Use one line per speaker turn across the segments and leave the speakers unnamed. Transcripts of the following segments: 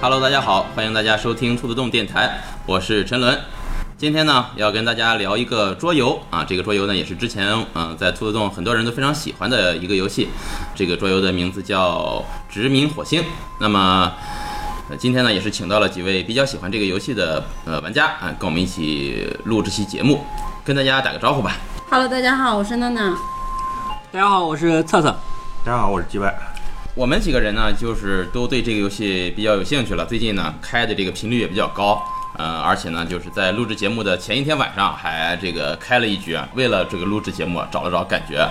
Hello，大家好，欢迎大家收听兔子洞电台，我是陈伦。今天呢，要跟大家聊一个桌游啊，这个桌游呢也是之前嗯、呃在兔子洞很多人都非常喜欢的一个游戏，这个桌游的名字叫《殖民火星》。那么呃今天呢，也是请到了几位比较喜欢这个游戏的呃玩家啊，跟我们一起录这期节目，跟大家打个招呼吧。
Hello，大家好，我是娜娜。
大家好，我是策策。
大家好，我是鸡歪。
我们几个人呢，就是都对这个游戏比较有兴趣了。最近呢，开的这个频率也比较高，呃，而且呢，就是在录制节目的前一天晚上还这个开了一局，为了这个录制节目找了找感觉。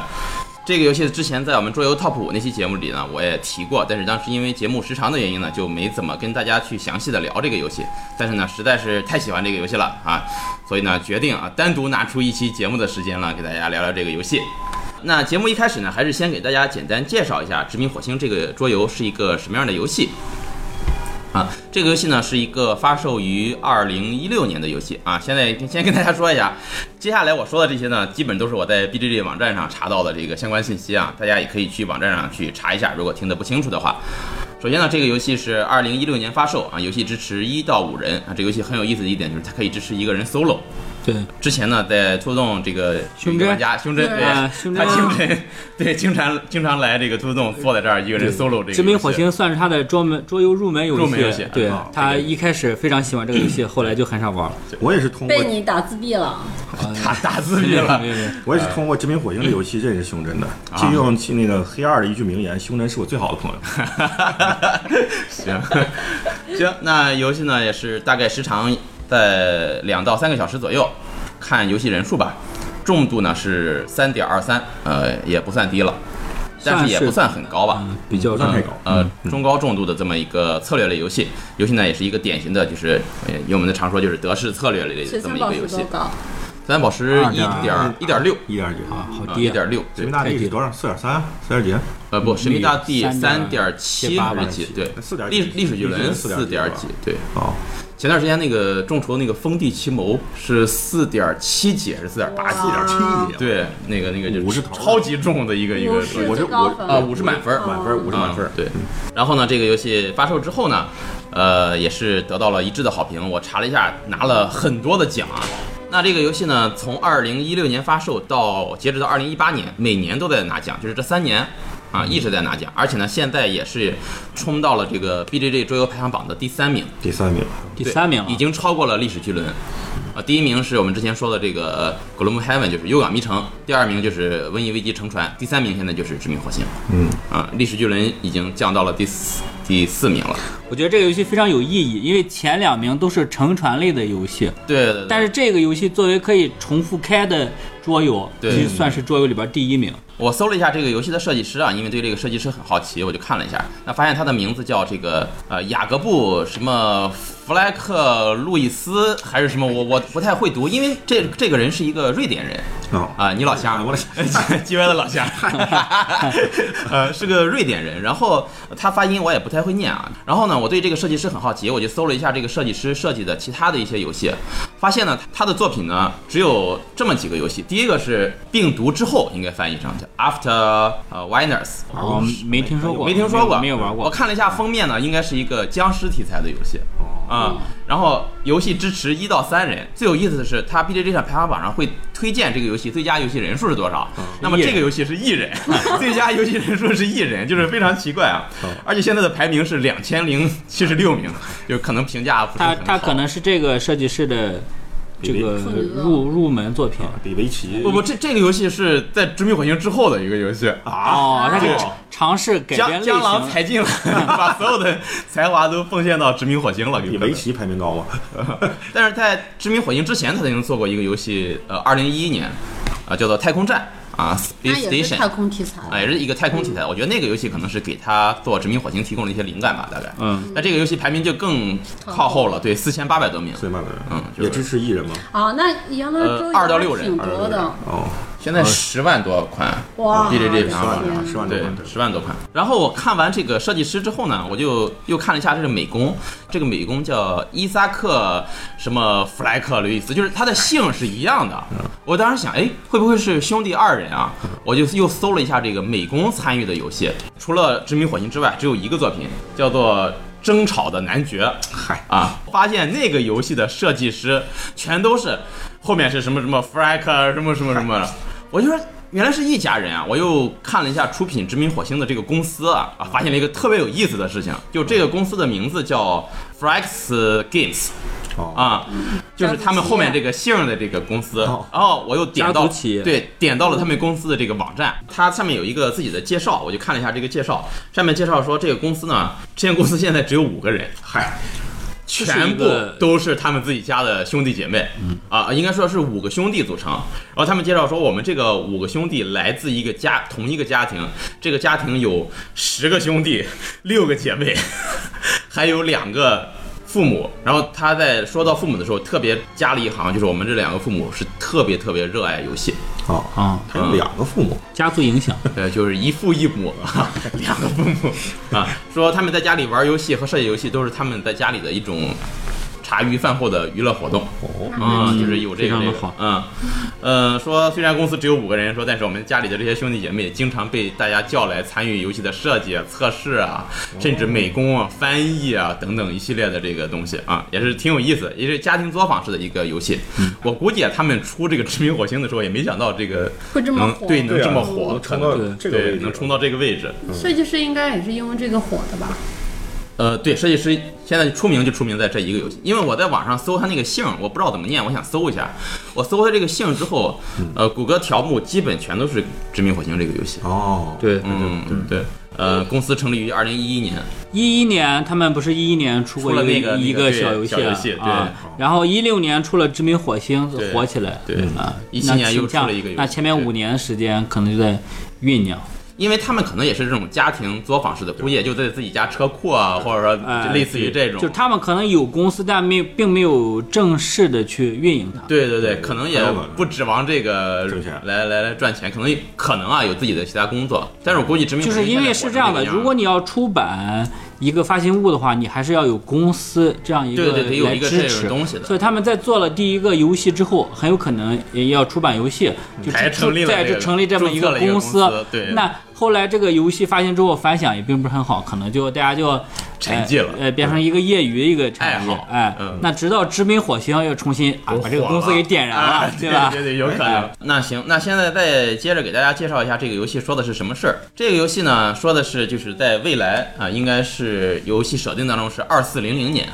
这个游戏之前在我们桌游 Top 五那期节目里呢，我也提过，但是当时因为节目时长的原因呢，就没怎么跟大家去详细的聊这个游戏。但是呢，实在是太喜欢这个游戏了啊，所以呢，决定啊单独拿出一期节目的时间了，给大家聊聊这个游戏。那节目一开始呢，还是先给大家简单介绍一下《殖民火星》这个桌游是一个什么样的游戏。啊，这个游戏呢是一个发售于二零一六年的游戏啊。现在先跟大家说一下，接下来我说的这些呢，基本都是我在 BGG 网站上查到的这个相关信息啊，大家也可以去网站上去查一下，如果听得不清楚的话。首先呢，这个游戏是二零一六年发售啊，游戏支持一到五人啊。这个游戏很有意思的一点就是它可以支持一个人 solo。
对，
之前呢，在兔洞这个
胸
有一个
针
玩家胸针，对，
啊胸
他
针
经常 对经常经常来这个兔洞坐在这儿一个人 solo 这个
殖民
游戏
火星算是他的专门桌游入门游戏。
入门游戏
对、
啊
他
这个
一开始非常喜欢这个游戏，后来就很少玩了。
我也是通过
被你打自闭了，
打打字
没
去
有
了
没。有没有
我也是通过《殖民火星》这游戏认识胸针的。
啊
借用其那个黑二的一句名言，胸针是我最好的朋 友。
行 行，那游戏呢也是大概时长在两到三个小时左右，看游戏人数吧。重度呢是三点二三，呃，也不算低了，但
算
是也不
是
算很高吧。
嗯比较
不算
重
太高
呃，中高重度的这么一个策略类游戏，游戏呢也是一个典型的，就是呃用我们的常说就是德式策略类的
水
这么
三
一
宝
个
石
游
多
戏。
高？
三宝石一点一点六，
一点九
啊，
啊，
好
啊，
低
一
啊。
点六，
殖
对
民，大地
太低
是
了
多少？四点三，四点几？
呃不，神秘大帝三
三
点
点
七
八吧
还是几？对，
4.几
历历史巨轮
四
四
点几
点
吧
几，对。
哦，
前段时间那个众筹那个《封地奇谋》是四点七几还是四点八几？啊
四点七几。，
对，那个那个就
五十头
超级重的一个一个
五
东西
十
我是
最高
我
分
啊，五十满分儿，
满分五十满分
嗯。对，然后呢，这个游戏发售之后呢，呃，也是得到了一致的好评。我查了一下，拿了很多的奖。啊那这个游戏呢，从二零一六年发售到截止到二零一八年，每年都在拿奖，就是这三年啊一直在拿奖，而且呢，现在也是冲到了这个 BJJ 桌游排行榜的第三名。
第三名。
第
对
三名了，
已经超过了历史巨轮。啊，第一名是我们之前说的这个《Gloom Heaven》，就是《幽港迷城》；第二名就是《瘟疫危机乘船》；第三名现在就是《致命火星》。
嗯，
啊，历史巨轮已经降到了第四第四名了。
我觉得这个游戏非常有意义，因为前两名都是乘船类的游戏，
对对对，
但是这个游戏作为可以重复开的桌游，
对
其实算是桌游里边第一名。
我搜了一下这个游戏的设计师啊，因为对这个设计师很好奇，我就看了一下，那发现他的名字叫这个呃雅各布什么弗莱克路易斯还是什么，我我不太会读，因为这这个人是一个瑞典人。
哦，
啊，你老乡，
我的
鸡歪的老乡，呃，是个瑞典人，然后他发音我也不太会念啊。然后呢，我对这个设计师很好奇，我就搜了一下这个设计师设计的其他的一些游戏，发现呢他的作品呢只有这么几个游戏。第一个是病毒之后，应该翻译成叫 After 呃 Winners，
我没听说过，
没听说过，
没有玩过。
我看了一下封面呢，应该是一个僵尸题材的游戏。啊、然后游戏支持一到三人。最有意思的是，它 BJJ 上排行榜上会推荐这个游戏最佳游戏人数是多少。那么
一
这
人
个游戏是一人， 最佳游戏人数是一人，就是非常奇怪啊。而且现在的排名是两千零七十六名，就可能评价不是
他
很
他
好
可能是这个设计师的这个
处女座
入入门作品
比围棋
不不，这这个游戏是在《致命火星》之后的一个游戏。
啊，
哦，他是
对
尝尝试改
江
变类
江郎
型。
才尽了， 把所有的才华都奉献到《致命火星》了。
比
可能
围棋排名高吗？
但是在《殖民火星》之前，他曾经做过一个游戏，呃，二零一一年，啊、叫做《太空战》啊
那
，Space
也是太
Station，
空题材。
啊，也是一个太空题材。我觉得那个游戏可能是给他做《殖民火星》提供了一些灵感吧，大概。
嗯，
那这个游戏排名就更靠后了，对，四千八百多名。
所以慢慢，
嗯就是
也支持艺人吗？
啊，那杨乐
呃
周
二到六人
挺
二
多的，
哦，
现在十万多款
哇
，BJJ 排
十
行
万
榜
天
多，十万多
对
块，，
十万多款。然后我看完这个设计师之后呢，我就又看了一下这个美工，这个美工叫伊萨克什么弗莱克刘易斯，就是他的姓是一样的。我当时想，哎，会不会是兄弟二人啊？我就又搜了一下这个美工参与的游戏，除了《殖民火星》之外，只有一个作品叫做《争吵的男爵
嗨，
啊，发现那个游戏的设计师全都是后面是什么什么 Frank 什么什么什么 的，我就说。原来是一家人啊！我又看了一下出品《殖民火星》的这个公司啊，啊，发现了一个特别有意思的事情，就这个公司的名字叫 Frax Games
哦，
啊，就是他们后面这个姓的这个公司。
哦
然后我又点
家
到
族企业
对点到了他们公司的这个网站，它上面有一个自己的介绍，我就看了一下这个介绍，上面介绍说这个公司呢，这个公司现在只有五个人，
嗨，
全部都是他们自己家的兄弟姐妹，啊，应该说是五个兄弟组成。然后他们介绍说，我们这个五个兄弟来自一个家，同一个家庭，这个家庭有十个兄弟，六个姐妹， 还有两个。父母，然后他在说到父母的时候，特别加了一行，就是我们这两个父母是特别特别热爱游戏，
哦，
啊，
他有两个父母，
家族影响，
呃，就是一父一母，啊两个父母啊，说他们在家里玩游戏和设计游戏都是他们在家里的一种茶余饭后的娱乐活动。啊、
哦，
就是有这
非
个
常
这
的
个
好，
嗯，呃，说虽然公司只有五个人，说但是我们家里的这些兄弟姐妹经常被大家叫来参与游戏的设计、啊、测试啊，甚
哦
至美工啊、翻译啊等等一系列的这个东西啊，也是挺有意思，也是家庭作坊式的一个游戏。
嗯
我估计啊，他们出这个《知名火星》的时候，也没想到这个
会这么
能
火。
对能
对啊
这么火可
能，冲到
能
这个位
对
置
能冲到这个位置。
设计师应该也是因为这个火的吧？
呃，对，设计师现在出名就出名在这一个游戏，因为我在网上搜他那个姓儿，我不知道怎么念，我想搜一下。我搜他这个姓儿之后，
嗯
呃，谷歌条目基本全都是《殖民火星》这个游戏。
哦，
对
嗯，对，呃，公司成立于二零一一年，
一一年他们不是一一年出过
出了
一
那个
一
那个
个
对
游戏
小游戏
啊，然后一六年出了《知名火星
对》
火起来，
对
啊，
17年又出了一个游戏
那前面
对
五年的时间可能就在酝酿，
因为他们可能也是这种家庭作坊式的，估计也就在自己家车库啊，或者说
哎
就类似于这种。
就他们可能有公司，但没有并没有正式的去运营它。
对对对，
呃
对
可能也
还有吧
不指望这个
挣钱
来来来赚钱，可能可能啊有自己的其他工作，但是我估计殖民
就是因为是这样的，
啊
如果你要出版一个发行物的话，你还是要有公司这样一个
对对得有
来
一个
支
这种
持
东西的
所以他们在做了第一个游戏之后，很有可能也要出版游戏，就
才嗯
出
成立了
在
这
这
个
成立这么
注册了一个
公
公司对
那后来这个游戏发行之后反响也并不是很好，可能就大家就
沉寂了
呃，呃变成一个业余的一个产业
爱好。
哎
嗯，
那直到知名火星又重新啊
都
把这个
火
公司
了
给点燃
啊
了，
对
吧？
对对，有可能
哎。
那行，那现在再接着给大家介绍一下这个游戏说的是什么事儿。这个游戏呢，说的是就是在未来啊，应该是游戏设定当中是二四零零年。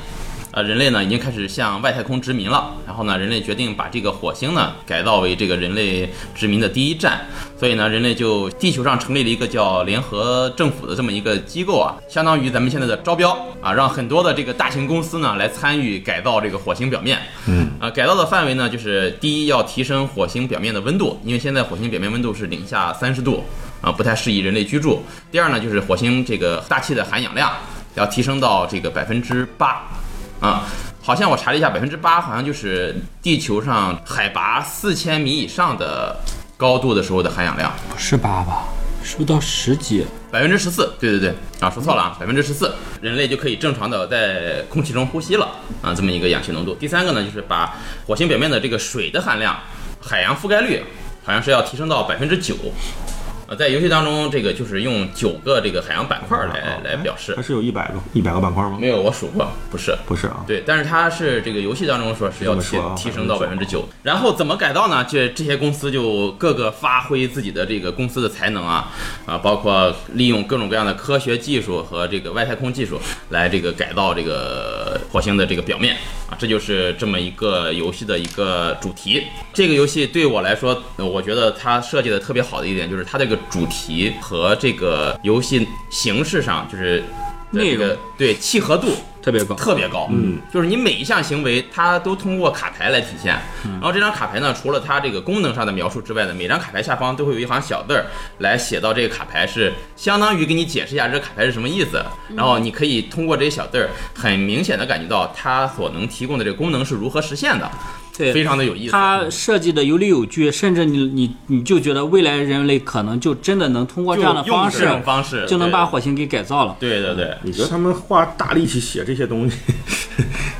呃，人类呢已经开始向外太空殖民了，然后呢，人类决定把这个火星呢改造为这个人类殖民的第一站，所以呢，人类就地球上成立了一个叫联合政府的这么一个机构啊，相当于咱们现在的招标啊，让很多的这个大型公司呢来参与改造这个火星表面。
嗯，
呃，改造的范围呢，就是第一要提升火星表面的温度，因为现在火星表面温度是零下三十度啊、不太适宜人类居住。第二呢，就是火星这个大气的含氧量要提升到这个百分之八啊。好像我查了一下，百分之八好像就是地球上海拔四千米以上的高度的时候的含氧量。
不是八 吧？是不是到十几？
百分之十四，对对对，啊，说错了啊，百分之十四，人类就可以正常的在空气中呼吸了啊，这么一个氧气浓度。第三个呢，就是把火星表面的这个水的含量，海洋覆盖率好像是要提升到百分之九，呃，在游戏当中，这个就是用九个这个海洋板块
哦
来来表示
它，是有一百个一百个板块吗？
没有我数过，不是，
不是啊，
对，但是它是这个游戏当中说是要提
这么说啊
提升到百分之
100%
九，然后怎么改造呢？这这些公司就各个发挥自己的这个公司的才能啊，啊，包括利用各种各样的科学技术和这个外太空技术来这个改造这个火星的这个表面啊，这就是这么一个游戏的一个主题。这个游戏对我来说，呃我觉得它设计的特别好的一点就是它这个主题和这个游戏形式上就是的
内
这个
容
对契合度
特别高。
特别高，嗯，就是你每一项行为，它都通过卡牌来体现。
嗯
然后这张卡牌呢，除了它这个功能上的描述之外呢，每张卡牌下方都会有一行小字儿来写到这个卡牌是相当于给你解释一下这个卡牌是什么意思。
嗯
然后你可以通过这些小字儿，很明显的感觉到它所能提供的这个功能是如何实现的，非
对，
常的有意思。
它设计的有理有据，甚至你你你就觉得未来人类可能就真的能通过
就
这样的
用
方
这
式，
种方式
就能
对
把火星给改造了。
对对对。
你觉得他们花大力气写这些东 西，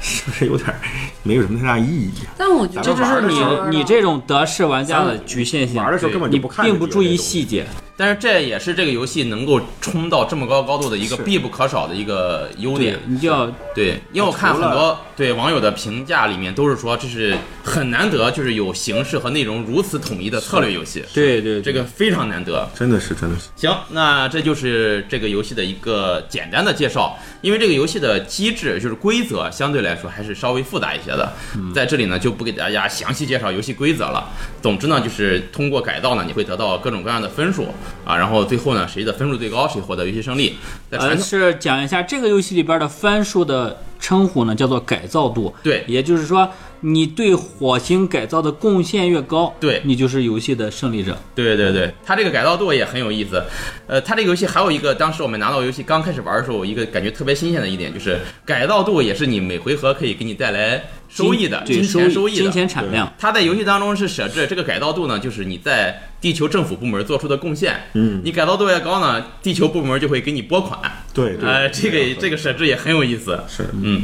是不是有点儿没有什么太大意义啊？
但我觉得
咱
这就
们玩
是
的时候
你你这种德式玩家的局限性，
玩的时候根本就
你
不看，
并不注意细。节。
但是这也是这个游戏能够冲到这么高高度的一个
是
必不可少的一个优
对
点。
你就要
对，因为我看很
除
多
了
对网友的评价里面都是说，这是很难得，就是有形式和内容如此统一的策略游戏，
对对
这个非常难得。
真的是真的是，
行，那这就是这个游戏的一个简单的介绍。因为这个游戏的机制就是规则，相对来说还是稍微复杂一些的，
嗯
在这里呢就不给大家详细介绍游戏规则了。总之呢，就是通过改造呢，你会得到各种各样的分数啊，然后最后呢，谁的分数最高，谁获得游戏胜利。在传
呃，
统
是讲一下这个游戏里边的番数的称呼呢，叫做改造度。
对
也就是说，你对火星改造的贡献越高，
对
你就是游戏的胜利者。
对对对，它这个改造度也很有意思。呃，它这个游戏还有一个，当时我们拿到游戏刚开始玩的时候，一个感觉特别新鲜的一点就是，改造度也是你每回合可以给你带来收益的，金
金对
钱
收
收
益、
益的
金。钱产量。
它在游戏当中是设置这个改造度呢，就是你在地球政府部门做出的贡献，
嗯，
你改造度越高呢，地球部门就会给你拨款。
对对，
呃，这个这个设置也很有意思。
是
嗯。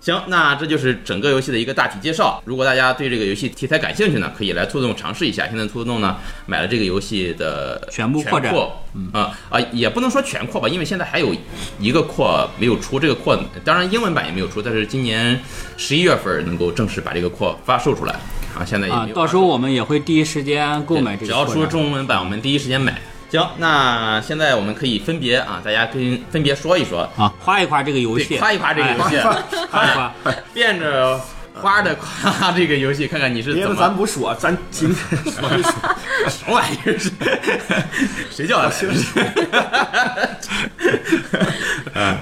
行，那这就是整个游戏的一个大体介绍。如果大家对这个游戏题材感兴趣呢，可以来兔子洞尝试一下。现在兔子洞呢买了这个游戏的
全部扩展
嗯啊啊，也不能说全扩吧，因为现在还有一个扩没有出，这个扩当然英文版也没有出，但是今年十一月份能够正式把这个扩发售出来啊。现在也
啊
没，有
到
发
时候我们也会第一时间购买这个。
只要出
说
中文版，我们第一时间买。行，那现在我们可以分别啊，大家跟分别说一说，
啊，夸一夸这个游戏，
对，夸一夸这个游戏，
哎，夸一夸。
变着花的夸这个游戏，看看你是
别
怎
的
么
咱不说，咱今天说一说，
什么玩意儿是？谁 叫的？ 嗯，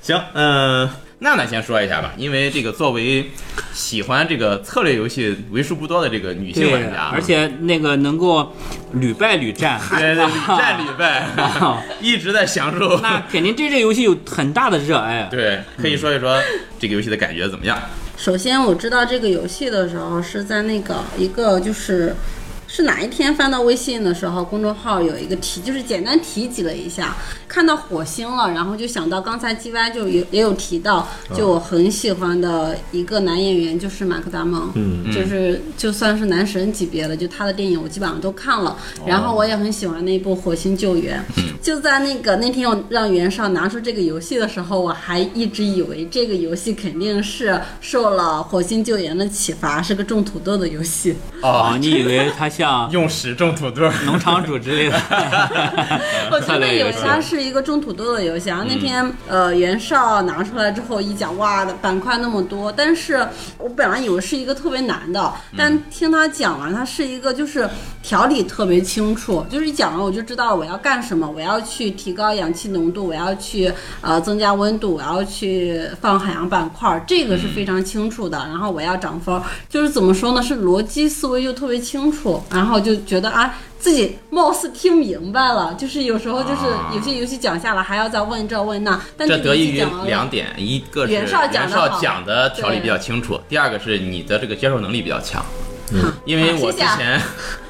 行，嗯、娜娜先说一下吧，因为这个作为喜欢这个策略游戏为数不多的这个女性
对
玩家，，啊
而且那个能够屡败 屡战，
对对屡战 屡
啊
败， 一直在享受。
那嗯肯定对这个游戏有很大的热爱。
对，可以说一说这个游戏的感觉怎么样？
首先我知道这个游戏的时候是在那个一个就是。是哪一天翻到微信的时候，公众号有一个提，就是简单提及了一下，看到火星了，然后就想到刚才 G Y 就有也有提到，就我很喜欢的一个男演员就是马克达蒙，
嗯，
就是就算是男神级别的，就他的电影我基本上都看了，然后我也很喜欢那部《火星救援》。就在那个那天我让袁绍拿出这个游戏的时候，我还一直以为这个游戏肯定是受了《火星救援》的启发，是个种土豆的游戏。
啊，你以为 它像
用屎种土豆。
农场主之类 的？
啊
我真的以为它是一个种土豆的游戏。然后那天、呃，袁绍拿出来之后一讲，哇，板块那么多，但是我本来以为是一个特别难的，但听他讲完，它是一个就是条理特别清楚，就是一讲完我就知道我要干什么，我要去提高氧气浓度，我要去呃增加温度，我要去放海洋板块，这个是非常清楚的。然后我要涨分，就是怎么说呢，是逻辑思维就特别清楚，然后就觉得啊。自己貌似听明白了，就是有时候就是有些游戏讲下来还要再问这问那，但
这得益
游戏
于
讲完了
两点，一个是袁
袁绍讲得好
绍讲的条理比较清楚，第二个是你的这个接受能力比较强。
嗯
因为
好
我之
谢谢啊
前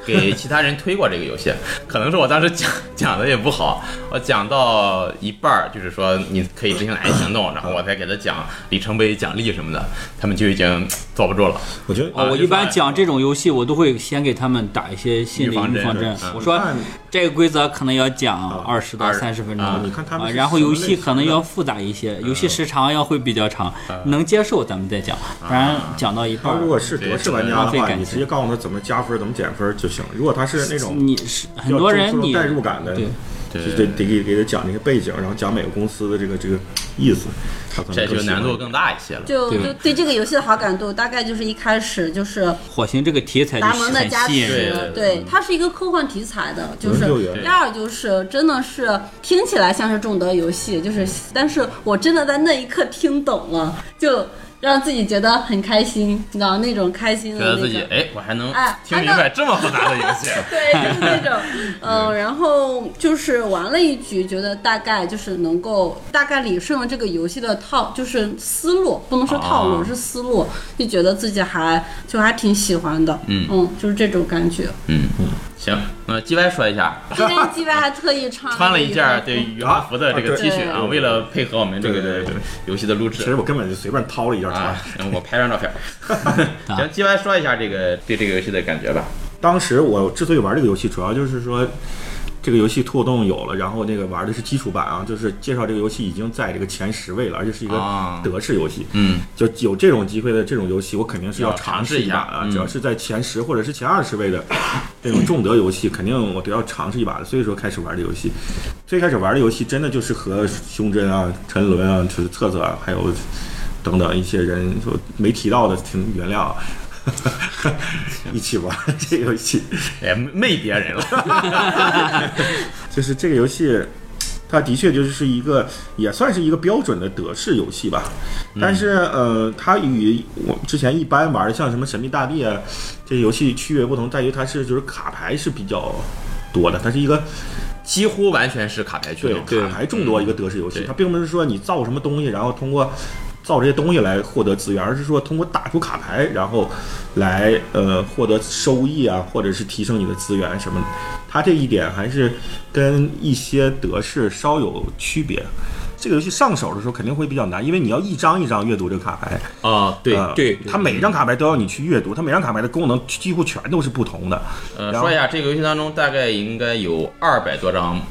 给其他人推过这个游戏，可能是我当时讲讲的也不好，我讲到一半儿，就是说你可以执行哪些行动，然后我才给他讲里程碑、奖励什么的，他们就已经坐不住了。
我觉得哎
哦，我一般讲这种游戏，我都会先给他们打一些心理
啊预防针
预防针
是吧。
我说
嗯
这个规则可能要讲二十到
二
三十分
啊嗯
钟，
你看他们
啊，
是
然后
什么
游
类
戏可能
型的
要复杂一些，游戏时长要会比较长，能接受咱们再讲，不然讲到一半
他
儿
如，果是
对
德式玩家
浪
的
费
话，
感
你
情
直接告诉他怎么加分、怎么减分就行。如果他是那种
你是很
要
多
注
人
注重
你
代入感的，
对
对
就得得给给他讲这个背景，然后讲每个公司的这个这个意思，他可能
这
更
就
喜欢
难度更大一些了。
就
对
就对这个游戏的好感度，大概就是一开始就是
火星这个题材就
达
是
蒙的
很
加
吸引人。
对
持
对，对
对，它是一个科幻题材的，就
有人
是
救援
第二就是真的是听起来像是中德游戏，
嗯
就是但是我真的在那一刻听懂了，就让自己觉得很开心，你知道那种开心
觉
的那
得
种。
自己哎，我还能
哎
听明
还
白这么复杂的游戏。
对，就是那 种，嗯，然后就是玩了一局，觉得大概就是能够大概理顺了这个游戏的套，就是思路，不能说套路，
啊
是思路，就觉得自己还就还挺喜欢的，
嗯
就是这种 感觉。
嗯，行，那 G Y 说一下，
今天鸡巴还特意穿
穿了一件儿
个
对
羽
羽华服的这个
啊
T
对
恤啊，
对
为了配合我们这
对对
个
对对
游戏的录
其
制
实我根本就随便掏了一件
啊
穿。，
嗯我拍张照片儿。
啊
行，鸡歪说一下这个对这个游戏的感觉吧。
当时我之所以玩这个游戏，主要就是说，这个游戏兔洞有了，然后那个玩的是基础版啊，就是介绍这个游戏已经在这个前十位了，而且是一个
啊
德式游戏。
嗯，
就有这种机会的这种游戏，我肯定是
要尝
尝
试一
一把
下
啊！
嗯
只要是在前十或者是前二十位的这种重德游戏，肯定我都要尝试一把的。所以说开始玩这游戏，最开始玩的游戏真的就是和胸针啊、沉沦啊、就是策策啊，还有等等一些人说没提到的，请原谅啊。 一起玩这个游戏，
哎，媚别人了，
就是这个游戏，它的确就是一个也算是一个标准的德式游戏吧。但是呃，它与我们之前一般玩的像什么《神秘大地》啊这些游戏区别不同，在于它是就是卡牌是比较多的，它是一个
几乎完全是卡牌驱
对
动。
卡牌众多一个德式游
嗯
戏
对，
它并不是说你造什么东西，然后通过造这些东西来获得资源，而是说通过打出卡牌，然后来呃获得收益啊，或者是提升你的资源什么的。它这一点还是跟一些德式稍有区别。这个游戏上手的时候肯定会比较难，因为你要一张一张阅读这个卡牌。
啊，对，
呃
对
它每张卡牌都要你去阅读，它每张卡牌的功能几乎全都是不同的。
呃，
然后
说一下这个游戏当中大概应该有二百多张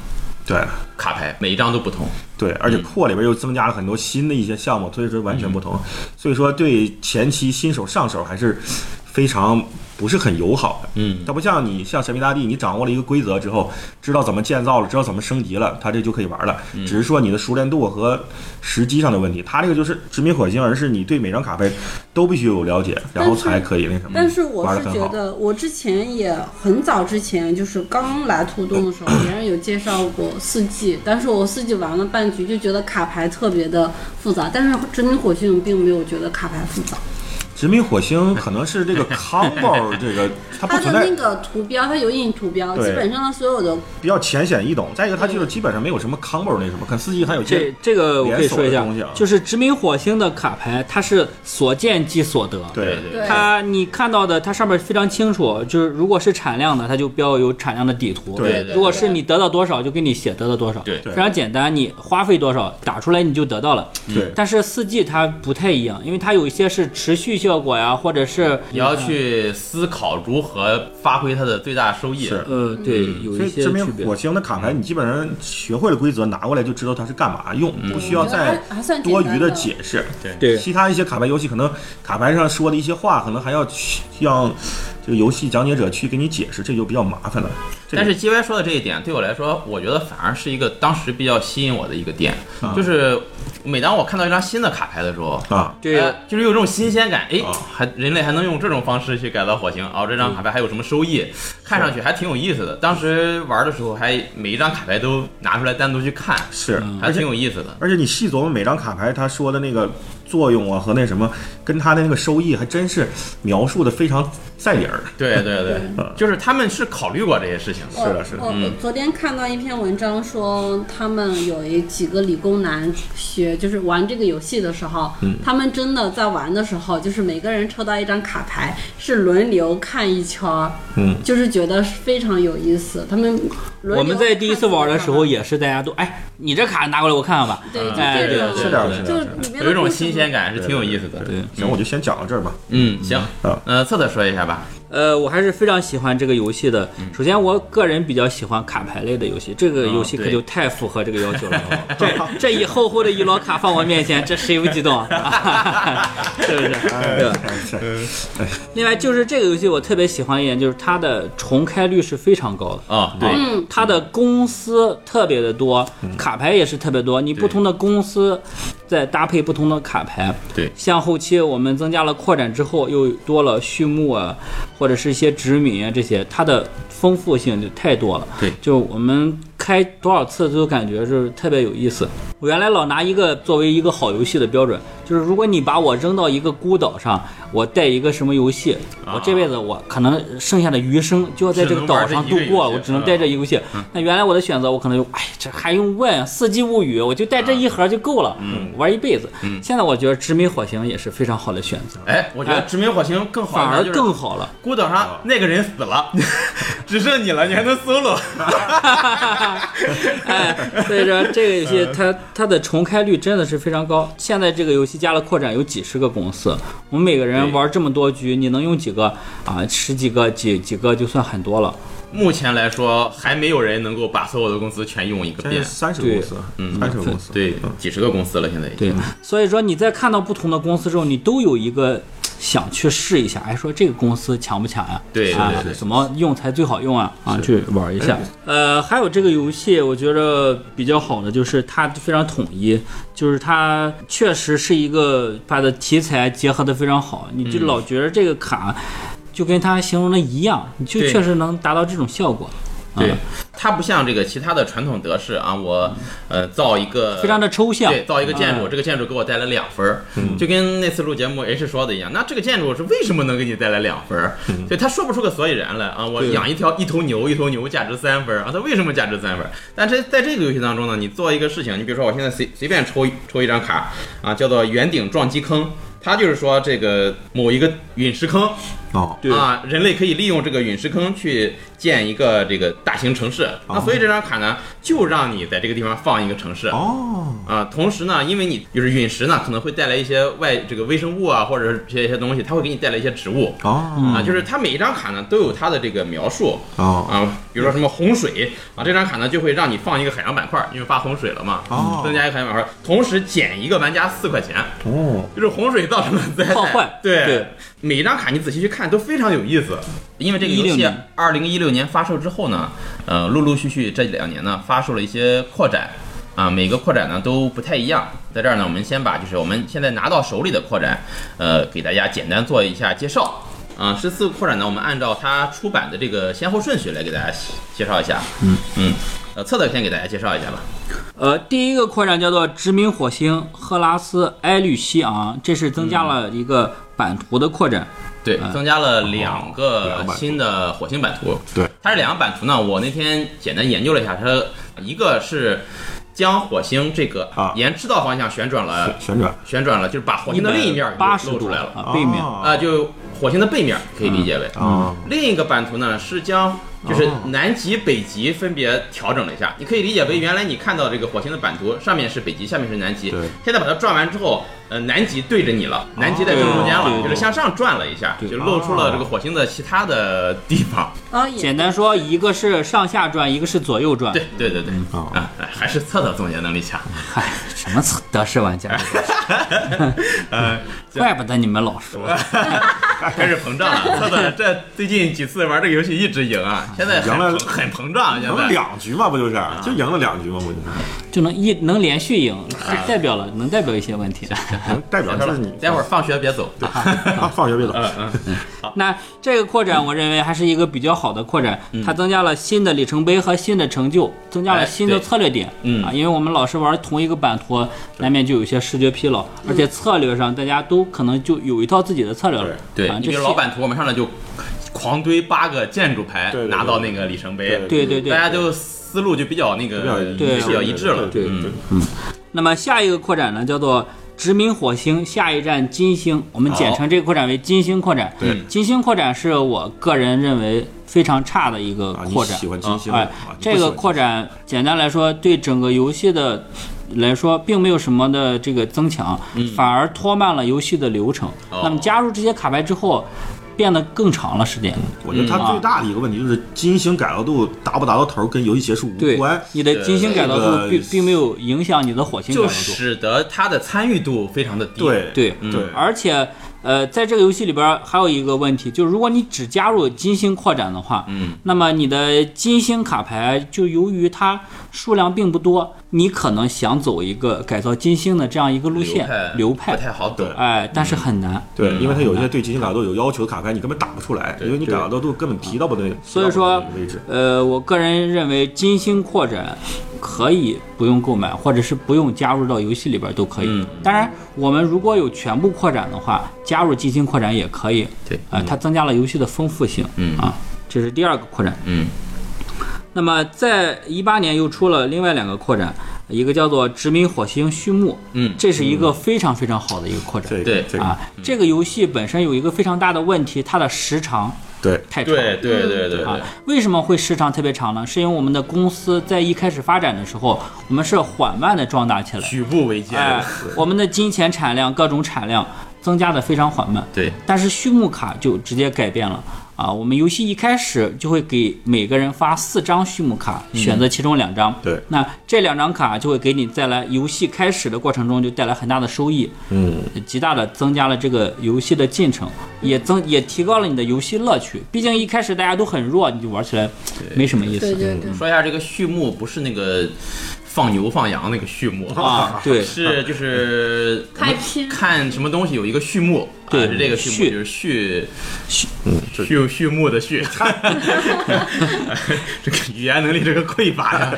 对，
卡牌，每一张都不同。
对，而且扩里边又增加了很多新的一些项目，所以说完全不同。所以说对前期新手上手还是非常不是很友好的。
嗯，
它不像你像神秘大帝，你掌握了一个规则之后，知道怎么建造了，知道怎么升级了，它这就可以玩了。只是说你的熟练度和时机上的问题，它这个就是直面火星，而是你对每张卡牌都必须有了解，然后
但是
才可以那什么。
但是我
嗯玩
是
得很
觉
好
得，我之前也很早之前，就是刚来兔洞的时候，别人有介绍过四季，但是我四季玩了半局，就觉得卡牌特别的复杂，但是殖民火星并没有觉得卡牌复杂，
殖民火星可能是这个 combo 这个它不
它的
存在
那个图标，它有印图标，基
对
本上它所有的
比较浅显易懂，再一个它就是基本上没有什么 combo 那什么，看四季它有一些
这这个我可以说一
连锁的
下
东西啊，
就是殖民火星的卡牌，它是所见即所得。
对
对
对
它你看到的，它上面非常清楚，就是如果是产量的，它就标有产量的底图。
对
对
如果是你得到多少，就给你写得到多少。
对
对
非常简单，你花费多少打出来你就得到了。
对
但是四季它不太一样，因为它有一些是持续效果呀，或者是呃
你要去思考如何发挥它的最大收益。
是
呃，对，有
所
一
以
些
这边
区别
火。星的卡牌，你基本上学会了规则，拿过来就知道它是干嘛用，不需要再
还还算简
多
单
余的解释。
对
对
其他一些卡牌游戏可能卡牌上说的一些话，可能还要去让这个游戏讲解者去给你解释，这就比较麻烦了。这个
但是 G Y 说的这一点对我来说，我觉得反而是一个当时比较吸引我的一个点，就是每当我看到一张新的卡牌的时候，
啊，
对
呃，就是有这种新鲜感，哎
啊，
还人类还能用这种方式去改造火星，哦，这张卡牌还有什么收益？看上去还挺有意思的。当时玩的时候，还每一张卡牌都拿出来单独去看，
是。
还挺有意思的。
而且你细琢磨每张卡牌它说的那个作用啊和那什么，跟它的那个收益还真是描述的非常在理儿。
对对对，嗯就是他们是考虑过这些事情的。
是的是的
我
嗯
我昨天看到一篇文章说，他们有一几个理工男学，就是玩这个游戏的时候，
嗯
他们真的在玩的时候，就是每个人抽到一张卡牌，是轮流看一圈儿，
嗯，
就是觉得非常有意思。他们轮流
我们在第一次玩的时候
看
也是，大家都哎，你这卡拿过来我看看吧。
对，就
哎
这种，
对
是的是的
就是
是的
里面的
有一种
故事
新鲜感是挺有意思的。
对
行，我就先讲到这儿吧。
嗯，行
嗯，
呃，策策说一下吧。
呃，我还是非常喜欢这个游戏的。首先，我个人比较喜欢卡牌类的游戏，这个游戏
嗯对
可就太符合这个要求了。这这一厚厚的一摞卡放我面前，这谁不激动啊？ 是不是？对吧？
是
另外，就是这个游戏我特别喜欢一点，就是它的重开率是非常高的。
啊，对，
嗯，它的公司特别的多，卡牌也是特别多。你不同的公司再搭配不同的卡牌，
对
像后期我们增加了扩展之后，又多了畜牧啊，或者是一些殖民啊这些，它的丰富性就太多了。
对
就我们开多少次都感觉就是特别有意思。我原来老拿一个作为一个好游戏的标准，就是如果你把我扔到一个孤岛上，我带一个什么游戏，我这辈子我可能剩下的余生就要在这个岛上
只能玩
度
这一个游
过，
戏嗯
我只能带这一个游戏。那原来我的选择，我可能就哎，这还用问《四季物语》，我就带这一盒就够了，
嗯
嗯玩一辈子。现在我觉得《殖民火星》也是非常好的选择，
哎，我觉得殖民火星更啊好，
反而
就是
更好了。
孤岛上那个人死 了，只剩你了，你还能 solo。
哎，所以说这个游戏
嗯
它它的重开率真的是非常高。现在这个游戏加了扩展，有几十个公司，我们每个人玩这么多局，你能用几个啊？十几个、几几个就算很多了。
目前来说还没有人能够把所有的公司全用一个
现
遍
在。三十个公司，
嗯
三十个公司，
对
嗯，
几十个公司了，现在已经。
对，所以说你在看到不同的公司之后，你都有一个想去试一下，哎，说这个公司强不强呀、
对
啊
对对，
怎么用才最好用啊？啊，去玩一下。呃，
嗯
还有这个游戏，我觉得比较好的就是它非常统一，就是它确实是一个把的题材结合的非常好，你
嗯
就老觉得这个卡。就跟它形容的一样，你就
对
确实能达到这种效果，
对，它不像这个其他的传统德式啊，我呃造一个
非常的抽象。
对，造一个建筑，
嗯
这个建筑给我带来两分儿，就跟那次录节目 H 说的一样，那这个建筑是为什么能给你带来两分儿？
嗯
对，他说不出个所以然来啊！我
对
养一条一头牛，一头牛价值三分儿啊，它为什么价值三分儿？但这在这个游戏当中呢，你做一个事情，你比如说我现在随随便抽一抽一张卡啊，叫做圆顶撞击坑。它就是说，这个某一个陨石坑
哦，
对
啊，人类可以利用这个陨石坑去建一个这个大型城市。
哦
那所以这张卡呢，就让你在这个地方放一个城市。
哦，
啊，同时呢，因为你就是陨石呢，可能会带来一些外这个微生物啊，或者是这些一些东西，它会给你带来一些植物
哦，
啊，就是它每一张卡呢都有它的这个描述
哦，
啊，比如说什么洪水啊，这张卡呢就会让你放一个海洋板块，因为发洪水了嘛，
哦
嗯增加一个海洋板块，同时减一个玩家四块钱，
哦，
就是洪水造成的灾害
破坏
对，
对
每一张卡你仔细去看都非常有意思。因为这个游
16
戏
年
二零一六年发售之后呢，呃，陆陆续续这两年呢发售了一些扩展。啊，每个扩展呢都不太一样，在这儿呢，我们先把就是我们现在拿到手里的扩展，呃，给大家简单做一下介绍。啊，十四扩展呢，我们按照它出版的这个先后顺序来给大家介绍一下。嗯嗯，呃，策策先给大家介绍一下吧。
呃，第一个扩展叫做殖民火星赫拉斯埃律西昂，这是增加了一个版图的扩展。
对，增加了两
两
个
个版图
新的火星版图。
对，
它这两个版图呢，我那天简单研究了一下，它一个是将火星这个
啊
沿赤道方向旋转了，
旋转，
旋转了，就是把嗯火星的另一面给
八十
露
度
出来了，
啊，背面。
啊、
啊
就嗯火星的背面可以理解为。
啊，
另一个版图呢是将就是
哦
南极、北极分别调整了一下，你可以理解为原来你看到这个火星的版图，上面是北极，下面是南极
对。
现在把它转完之后，呃，南极对着你了，南极在正中间了，
对
就是向上转了一下，
对
就露出了这个火星的其他的地方。
然后哦也
简单说，一个是上下转，一个是左右转。
对，对对对，
哦
啊，哎还是测测总结能力强。
嗨，什么德 式玩家？
呃
怪不得你们老说。
开始膨胀 了，测测这最近几次玩这个游戏一直赢啊，现在很
赢了
很膨胀，现
赢了
在。
两局嘛，不就是就赢了两局嘛，不就是
就能一能连续赢，
啊
代表了能代表一些问题。
能代表就是你，
哎待会儿放学别走。
啊，放学别走，
那这个扩展，我认为还是一个比较好的扩展，它增加了新的里程碑和新的成就，增加了新的
嗯哎对
策略点。
嗯
啊，因为我们老是玩同一个版图，难免就有一些视觉疲劳，
嗯
而且策略上大家都可能就有一套自己的策略了。
对，
啊，
你
这
比
是
如老版图，我们上来就狂堆八个建筑牌
对对，对
拿到那个里程碑，
对对
嗯
对
大家就思路就比较那
比较
个
对
比较嗯一致了。
对
嗯
对，
那么下一个扩展呢，叫做殖民火星，下一站金星，我们简称这个扩展为金星扩展。
对
金星扩展是我个人认为非常差的一个
啊，你
扩展。
喜欢金星，
哎
啊，你不喜
这
欢
个扩展简单来说，对整个游戏的来说，并没有什么的这个增强，
嗯
反而拖慢了游戏的流程。
哦
那么加入这些卡牌之后，变得更长了时间。
我觉得它最大的一个问题就是金星改造度达不达到头儿跟游戏结束无
对
关。，
你的金星改造
呃这
度
个
并并没有影响你的火星改
就
造度。
使得它的参与度非常的低。
对
对
对
而且，呃，在这个游戏里边儿还有一个问题，就是如果你只加入金星扩展的话，
嗯，
那么你的金星卡牌就由于它数量并不多，你可能想走一个改造金星的这样一个路线
派
流
不太好懂
对。
哎，但是很难。
对，
嗯
因为它有些对金星改造度有要求的卡牌，你根本打不出来，因为你改造度根本提到不那，
所以说
提到不那个位置，
呃，我个人认为金星扩展可以不用购买，或者是不用加入到游戏里边儿都可以。
嗯
当然，我们如果有全部扩展的话，加入金星扩展也可以。
对
啊、它增加了游戏的丰富性。
嗯
啊，这是第二个扩展。
嗯，
那么在一八年又出了另外两个扩展，一个叫做《殖民火星序幕》，
嗯
这是一个非常非常好的一个扩展。
这
对嗯
这
啊
个，
这个游戏本身有一个非常大的问题，它的时长
对
太长。
对对对对
啊
对，，
为什么会时长特别长呢？是因为我们的公司在一开始发展的时候，我们是缓慢的壮大起来，
举步维艰。
哎，我们的金钱产量、各种产量增加的非常缓慢。
对，
但是畜牧卡就直接改变了啊，我们游戏一开始就会给每个人发四张序幕卡，选择其中两张。
嗯对
那这两张卡就会给你带来游戏开始的过程中就带来很大的收益，
嗯，
极大的增加了这个游戏的进程，也增也提高了你的游戏乐趣。毕竟一开始大家都很弱，你就玩起来没什么意
对
思
对对，
嗯
说一下这个畜牧，不是那个放牛放羊那个畜牧
啊。对，
是就是
开篇
看什么东西有一个序幕，
对
啊、是这个序幕
序
就是序
嗯
序序序幕的 序， 这个语言能力这个匮乏 呀。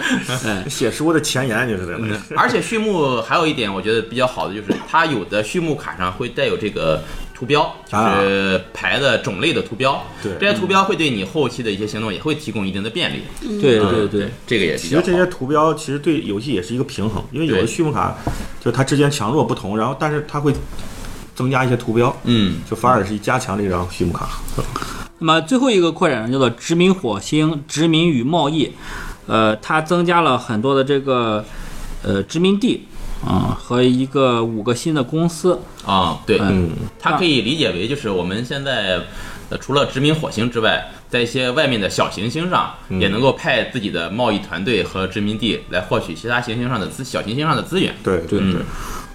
写书的前言就是这
嗯
个，
而且序幕还有一点我觉得比较好的就是，它有的序幕卡上会带有这个图标，就是牌的种类的图标，
啊对
这些图标会对你后期的一些行动也会提供一定的便利。
对
嗯
对对，
这个也比
其
较
实
好。
这些图标其实对游戏也是一个平衡，因为有的
对
序幕卡就它之间强弱不同，然后但是它会增加一些图标，
嗯，
就反而是加强这张序幕卡。
那么最后一个扩展呢，叫做殖民火星、殖民与贸易，呃，它增加了很多的这个呃殖民地啊、和一个五个新的公司，
啊、对，
嗯，
它可以理解为就是我们现在，呃，除了殖民火星之外，在一些外面的小行星上，也能够派自己的贸易团队和殖民地来获取其他行星上的资小行星上的资源。
对对
嗯
对，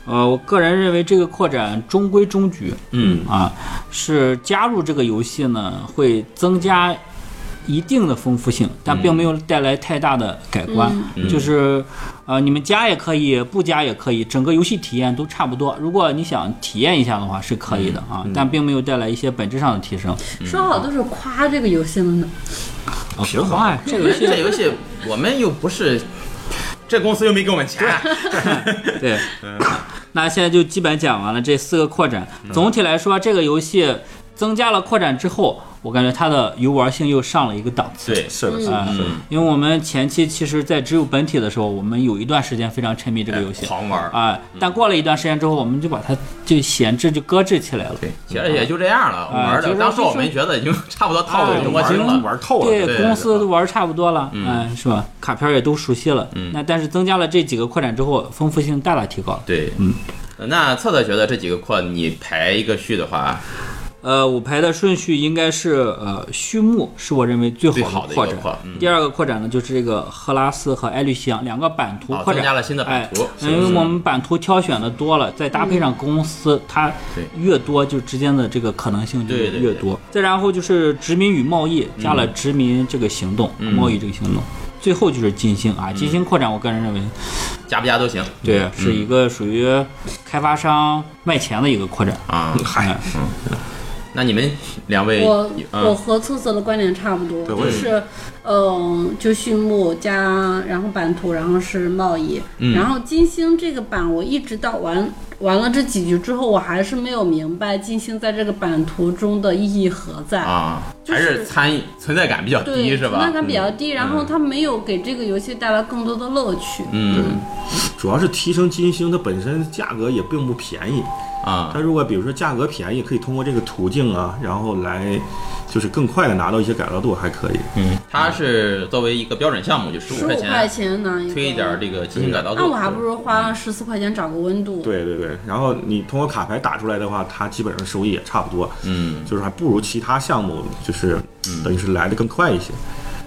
呃，我个人认为这个扩展中规中矩
嗯，
啊，是加入这个游戏呢会增加一定的丰富性，但并没有带来太大的改观。就是呃，你们加也可以，不加也可以，整个游戏体验都差不多。如果你想体验一下的话，是可以的啊，但并没有带来一些本质上的提升。
说好都是夸这个游戏了呢。
啊
平衡
哎，这个游戏
这游戏我们又不是，这公司又没给我们钱。
对， 那现在就基本讲完了这四个扩展。总体来说，这个游戏增加了扩展之后，我感觉它的游玩性又上了一个档 次。
对，
是的，是
啊
的，是的。
嗯，
因为我们前期其实，在只有本体的时候，我们有一段时间非常沉迷这个游戏
哎狂玩儿。
啊，但过了一段时间之后，我们就把它就闲置就搁置起来了。
对，其实也就这样了，
哎
玩
就
的。
是
当时我
就是
们觉得已经差不多套
哎
路中国
玩
经
儿
了。
玩儿透了，
对
公司都玩差不多了，
嗯
哎是吧？卡片也都熟悉了，那但是增加了这几个扩展之后，丰富性大大提高了。
对，嗯。那策策觉得这几个扩你排一个序的话，
呃，我排的顺序应该是呃，畜牧是我认为最
最
好
好的一个
的扩展。
扩嗯
第二个扩展呢，就是这个赫拉斯和埃律西昂两个版图
哦
扩展，
增加了新的版图
哎
是的
因
是
为
的
我们版图挑选的多了，再搭配上公司，它
对
越多就之间的这个可能性就
对对
越多。再然后就是殖民与贸易，加了殖民这个行动，
嗯
贸易这个行动。最后就是金星啊，金星扩展，我个人认为，
加不加都行嗯
对，是一个属于开发商卖钱的一个扩展。
啊。
嗨
哎，
那你们两位，
我
嗯
我和策策的观点差不多，
对我
就
也
是，嗯，就畜牧加然后版图，然后是贸易，
嗯
然后金星这个版我一直到玩玩了这几局之后，我还是没有明白金星在这个版图中的意义何在。
啊，
就
还是
是
参与存在感比较低
对，
是
存
吧嗯
在？感比较低，然后它没有给这个游戏带来更多的乐趣。
嗯
主要是提升金星，它本身价格也并不便宜。
啊
它如果比如说价格便宜，可以通过这个途径啊，然后来就是更快的拿到一些改造度，还可以。
嗯，它是作为一个标准项目，就十
十
五
五
块
块
钱
钱呢，
推一点儿这个进行改造
那
度
我，还不如花十四块钱找个温度。
对对对，然后你通过卡牌打出来的话，它基本上收益也差不多，
嗯，
就是还不如其他项目，就是等于是来的更快一些。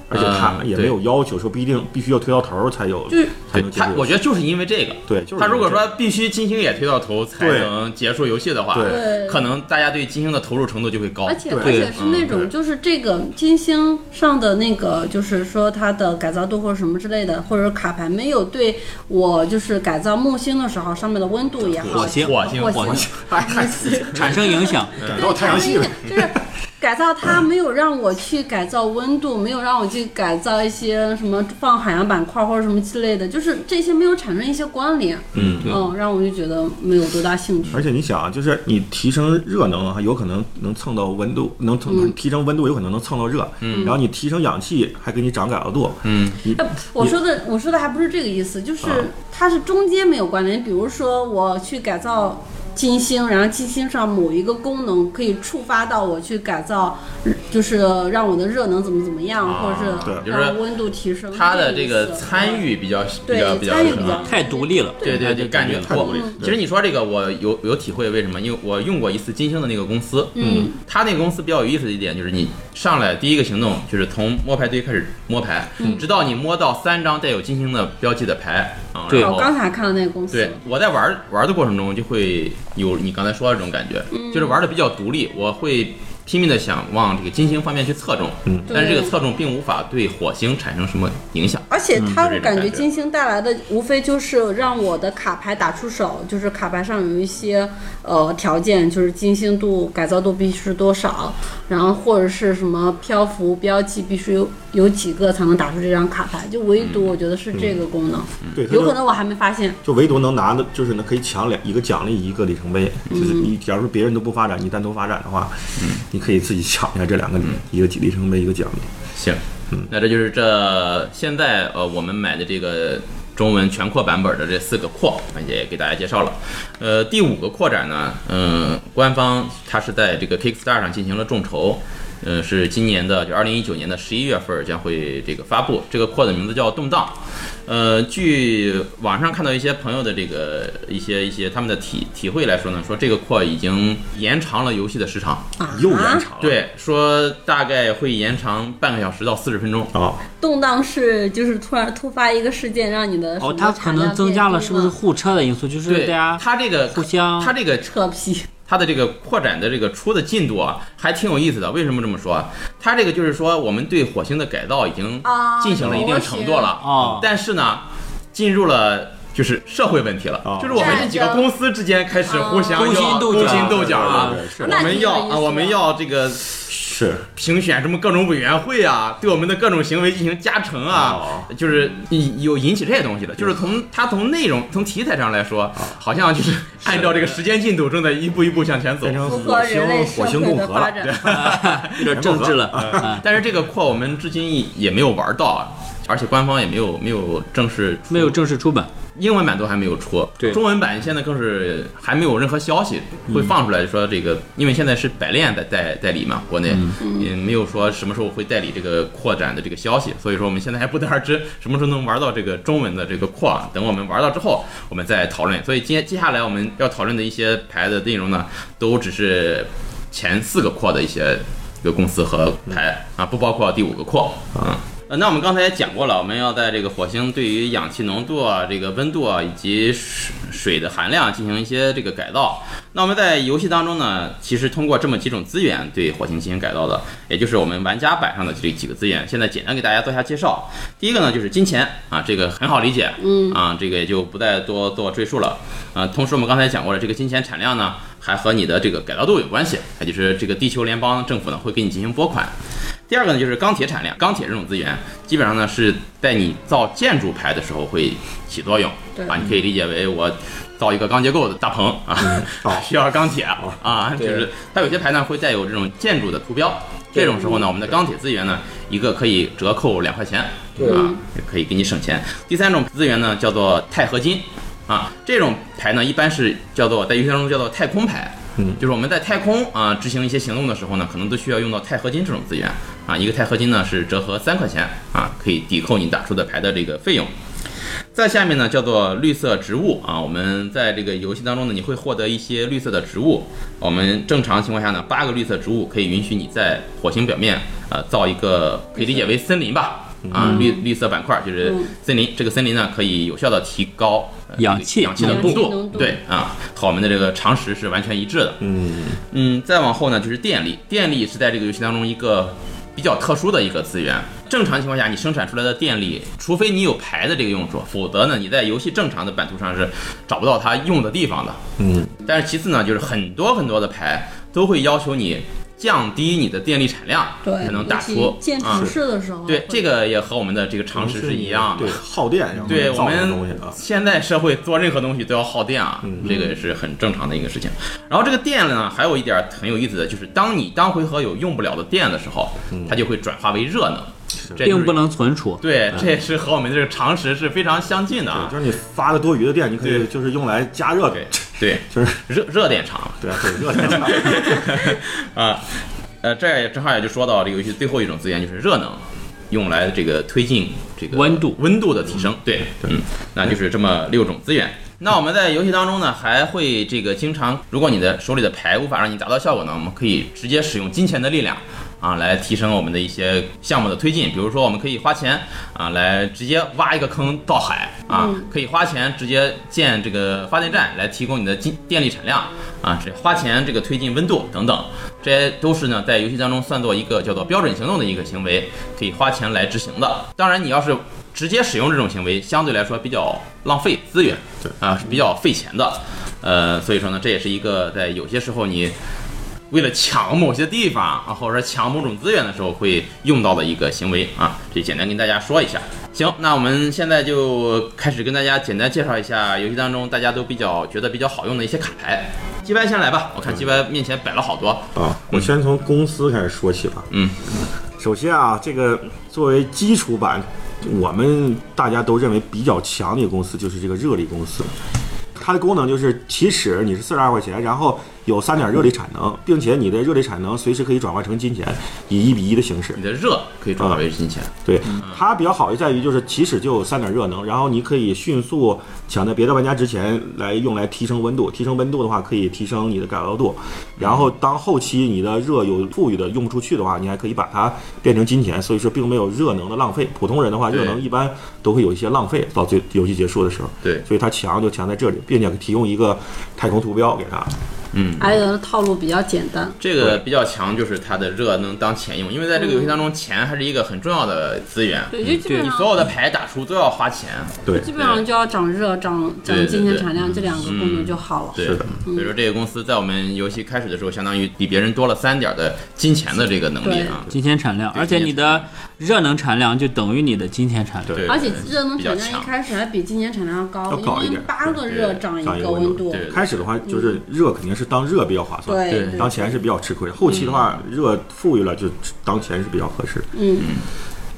而且它
嗯
也没有要求说不一定必须要推到头儿才有
就是，
才
对
能结
它，我
束。
觉得就是因为这个。
对，就是
他如果
这样
说必须金星也推到头才
对
能结束游戏的话，
对
对
可能大家对金星的投入程度就会高
而。且
对
而且是
嗯
那
对
种，就是这个金星上的那个，就是说它的改造度或者什么之类的，或者卡牌没有对我就是改造木星的时候上面的温度也好，
火星
火星
火
火
星
星，
火 星，
产生影 响，
改造太阳系呗，
就是改造它没有让我去改造温度，没有让我去改造一些什么放海洋板块或者什么之类的，就是这些没有产生一些关联，
嗯
嗯，让我就觉得没有多大兴趣。
而且你想啊，就是你提升热能，啊，有可能能蹭到温度，能蹭、
嗯
提升温度，有可能能蹭到热。嗯，然后你提升氧气，还给你涨改造度。
嗯，
你
哎，我说的
啊
我说的还不是这个意思，就是它是中间没有关联。比如说我去改造金星，然后金星上某一个功能可以触发到我去改造，就是让我的热能怎么怎么样，
啊
或者是
对
就是
呃
说
温度提升。
他的这
类
个
似
参与比较比较
对
比较
参与
什
比
么
较
太独立了，
对对
对，
对，感觉
太
我
独立
其实你说这个我有有体会，为什么？因为我用过一次金星的那个公司，
嗯，
他那个公司比较有意思的一点就是，你上来第一个行动就是从摸牌堆开始摸牌，直到你摸到三张带有金星的标记的牌啊，
对
然
我
后
刚才看到那个公司
对，我在玩玩的过程中就会有你刚才说的这种感觉，就是玩的比较独立，我会拼命的想往这个金星方面去侧重，但是这个侧重并无法对火星产生什么影响。
而且它
嗯
我感觉金星带来的无非就是让我的卡牌打出手，就是卡牌上有一些呃条件，就是金星度、改造度必须是多少，然后或者是什么漂浮标记必须有有几个才能打出这张卡牌，就唯独我觉得是这个功能，
对，它
有
就
可能我还没发现。
就唯独能拿的，就是呢可以抢两一个奖励一个里程碑，
嗯
就是你假如说别人都不发展，你单独发展的话，你可以自己抢一下这两个里，
嗯
一个里程碑一个奖励。
行，那这就是这现在呃我们买的这个中文全扩版本的这四个扩，也给大家介绍了。呃，第五个扩展呢，嗯、官方它是在这个 Kickstarter 上进行了众筹。嗯，是今年的，就二零一九年的十一月份将会这个发布。这个扩的名字叫动荡。呃，据网上看到一些朋友的这个一些一些他们的体体会来说呢，说这个扩已经延长了游戏的时长。
啊，
又延长了，
对，说大概会延长半个小时到四十分钟。
啊，
动荡是就是突然突发一个事件，让你的什
哦，
么
它可
产
能
量
增
变
加了
低
是不是
吗
互车的因素？就是
对
大家
它这个
互相
它这个
扯皮？
它的这个扩展的这个出的进度啊，还挺有意思的。为什么这么说啊？它这个就是说，我们对火星的改造已经
啊
进行了一定程度了，
哦
但是呢，进入了。就是社会问题了，
哦
就是我们这几个公司之间开始互相要
哦勾心斗
勾
角
心斗角了
对对对。是
我们要
那挺有意思
啊，
的
我们要这个
是
评选什么各种委员会啊，对我们的各种行为进行加成啊，就是有引起这些东西的。就是从它从内容、从题材上来说，好像就是按照这个时间进度正在一步一步向前走
变。成
符合
火
人类
星
社
火星
会
共
的
和
发
了，
展。
有点政治了，嗯
但是这个扩我们至今也没有玩到啊，而且官方也没有没有正式出
没有正式出版。
英文版都还没有出，
对
中文版现在更是还没有任何消息会放出来，说这个，因为现在是百炼在代代理嘛，国内也没有说什么时候会代理这个扩展的这个消息，所以说我们现在还不得而知什么时候能玩到这个中文的这个扩啊，等我们玩到之后，我们再讨论。所以接接下来我们要讨论的一些牌的内容呢，都只是前四个扩的一些一个公司和牌啊，不包括第五个扩啊。呃，那我们刚才也讲过了，我们要在这个火星对于氧气浓度啊、这个温度啊以及水水的含量进行一些这个改造。那我们在游戏当中呢，其实通过这么几种资源对火星进行改造的，也就是我们玩家版上的这几个资源。现在简单给大家做一下介绍。第一个呢就是金钱啊，这个很好理解，嗯啊，这个也就不再多做赘述了。啊，同时我们刚才讲过了，这个金钱产量呢还和你的这个改造度有关系，也就是这个地球联邦政府呢会给你进行拨款。第二个呢，就是钢铁产量，钢铁这种资源基本上呢是在你造建筑牌的时候会起作用
对
啊，你可以理解为我造一个钢结构的大棚啊，
哦
需要钢铁啊，就
对
是它有些牌呢会带有这种建筑的图标，这种时候呢，我们的钢铁资源呢，一个可以折扣两块钱，
对
啊，也可以给你省钱。第三种资源呢叫做钛合金，啊，这种牌呢一般是叫做在游戏当中叫做太空牌。
嗯
就是我们在太空啊、执行一些行动的时候呢，可能都需要用到钛合金这种资源啊。一个钛合金呢是折合三块钱啊，可以抵扣你打出的牌的这个费用。啊再下面呢叫做绿色植物啊，我们在这个游戏当中呢，你会获得一些绿色的植物。我们正常情况下呢，八个绿色植物可以允许你在火星表面呃造一个，可以理解为森林吧。啊，绿绿色板块就是
嗯
森林，这个森林呢可以有效的提高呃
氧气
氧气的
氧
浓
气
度
浓，度
对啊，和我们的这个常识是完全一致的。
嗯，
嗯，再往后呢就是电力，电力是在这个游戏当中一个比较特殊的一个资源。正常情况下，你生产出来的电力，除非你有牌的这个用处，否则呢，你在游戏正常的版图上是找不到它用的地方的。
嗯，
但是其次呢，就是很多很多的牌都会要求你降低你的电力产量，
对，
才能
尤
打
其
出
建
啊
城。市的时候，
对，这个也和我们的这个常识是一样的
对，。耗电，然后
对我
造成东
们
西啊，
现在社会做任何东西都要耗电啊，
嗯
这个也是很正常的一个事情。然后这个电呢，还有一
嗯
点很有意思的就是，当你当回合有用不了的电的时候，它就会转化为热能。这就是
并不能存储。
嗯
对，这也是和我们的这个常识是非常相近的
对，
啊。
就是你发了多余的电，你可以
对
就是用来加热
对
的，
对，
就是
热热点长
对啊，对热的。
啊，呃，这也正好也就说到这个游戏最后一种资源就是热能，用来这个推进这个
温度
温度的提升。对，嗯，那就是这么六种资源。那我们在游戏当中呢，还会这个经常，如果你的手里的牌无法让你达到效果呢，我们可以直接使用金钱的力量。啊，来提升我们的一些项目的推进，比如说我们可以花钱啊，来直接挖一个坑到海啊，可以花钱直接建这个发电站来提供你的金电力产量啊，是花钱这个推进温度等等，这些都是呢在游戏当中算作一个叫做标准行动的一个行为，可以花钱来执行的。当然，你要是直接使用这种行为，相对来说比较浪费资源，
对
啊，是比较费钱的。呃，所以说呢，这也是一个在有些时候你为了抢某些地方啊，或者说抢某种资源的时候会用到的一个行为啊，这简单跟大家说一下。行，那我们现在就开始跟大家简单介绍一下游戏当中大家都比较觉得比较好用的一些卡牌。鸡掰先来吧，我看鸡掰面前摆了好多，
啊，我先从公司开始说起吧。
嗯，
首先啊，这个作为基础版，我们大家都认为比较强的一个公司就是这个热力公司。它的功能就是起始你是四十二块钱，然后有三点热力产能，并且你的热力产能随时可以转化成金钱，以一比一的形式
你。的热可以转化为金钱，
对，它比较好就在于就是起始就有三点热能，然后你可以迅速抢在别的玩家之前来用来提升温度，提升温度的话可以提升你的改造度，然后当后期你的热有富裕的用不出去的话，你还可以把它变成金钱，所以说并没有热能的浪费。普通人的话，
对
热能一般都会有一些浪费，到最游戏结束的时候。
对
所以它强就强在这里，并且提供一个太空图标给它。
还有的套路比较简单，
嗯这个比较强，就是它的热能当钱用，因为在这个游戏当中，钱还是一个很重要的资源。
对，就基本
对
所
上
有的牌打出都要花钱，
对，
基本上就要涨热、涨涨
对对
金钱
对嗯
产量这两个功能就好了。
对
是的
所以说这个公司在我们游戏开始的时候，相当于比别人多了三点的金钱的这个能力啊。
金钱产量，
对
而且你的热能产量就等于你的金钱产量。
对，
而且
对
热能
比较
产量
强。
一开始还比今年产量要高
要，高一
因为
点
八个热
对
涨一
涨一
个
个温
温
度
度，
对
开始的话就是热肯定是当热比较划算，
对嗯
对
当钱是比较吃亏，后期的话
嗯
热富裕了就当钱是比较合适。
嗯，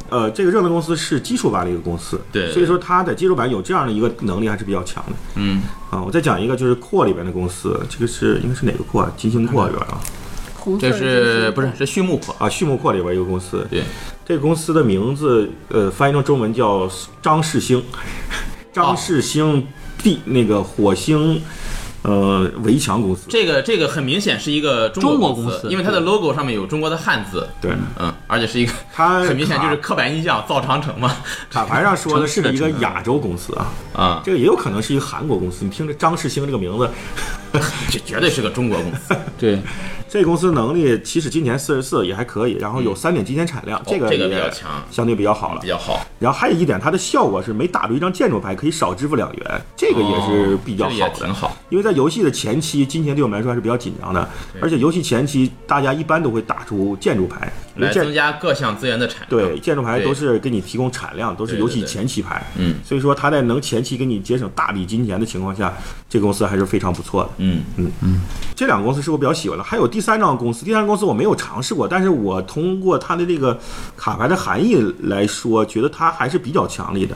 呃，这个热能公司是基础版的一个公司，
对
所以说它在基础版有这样的一个能力还是比较强的
嗯，
啊、我再讲一个就是扩里边的公司，这个是应该是哪个扩啊？金星扩里边啊
红色
这
的就是
不是是畜牧婆？
啊，畜牧扩里边一个公司，
对，
这个公司的名字呃翻译成中文叫张世兴，
哦
张世兴地、那个火星呃围墙公司，
这个这个很明显是一个中
中
国
国
公
公司
因为它的 logo 上面有中国的汉字，
对，
嗯，而且是一个
它
很明显就是
卡
刻板印象造长城嘛，
卡牌上说的是
城市的
一个
城
亚洲公司啊，
啊，
这个也有可能是一个韩国公司。你听着张世兴这个名字，
这绝对是个中国公 司。
对，
这公司能力起始今年四十四也还可以，然后有三点金钱产量，个
嗯哦这个
也
比较强
相对比较好了
比。较好，
然后还有一点，它的效果是每打出一张建筑牌可以少支付两元，这个也是比较
哦这
好
个也
的。
挺好。
因为在游戏的前期，金钱对我们来说还是比较紧张的，
嗯
而且游戏前期大家一般都会打出建筑牌，因为
来增
建
加各项资源的产量。
对建筑牌
对
都是给你提供产量，都是
对
游
对
戏
对
前期牌。
嗯
所以说它在能前期给你节省大笔金钱的情况下，这个公司还是非常不错的。
嗯，
这两个公司是我比较喜欢的，还有第三张公司，第三张公司我没有尝试过，但是我通过它的这个卡牌的含义来说，觉得它还是比较强力的。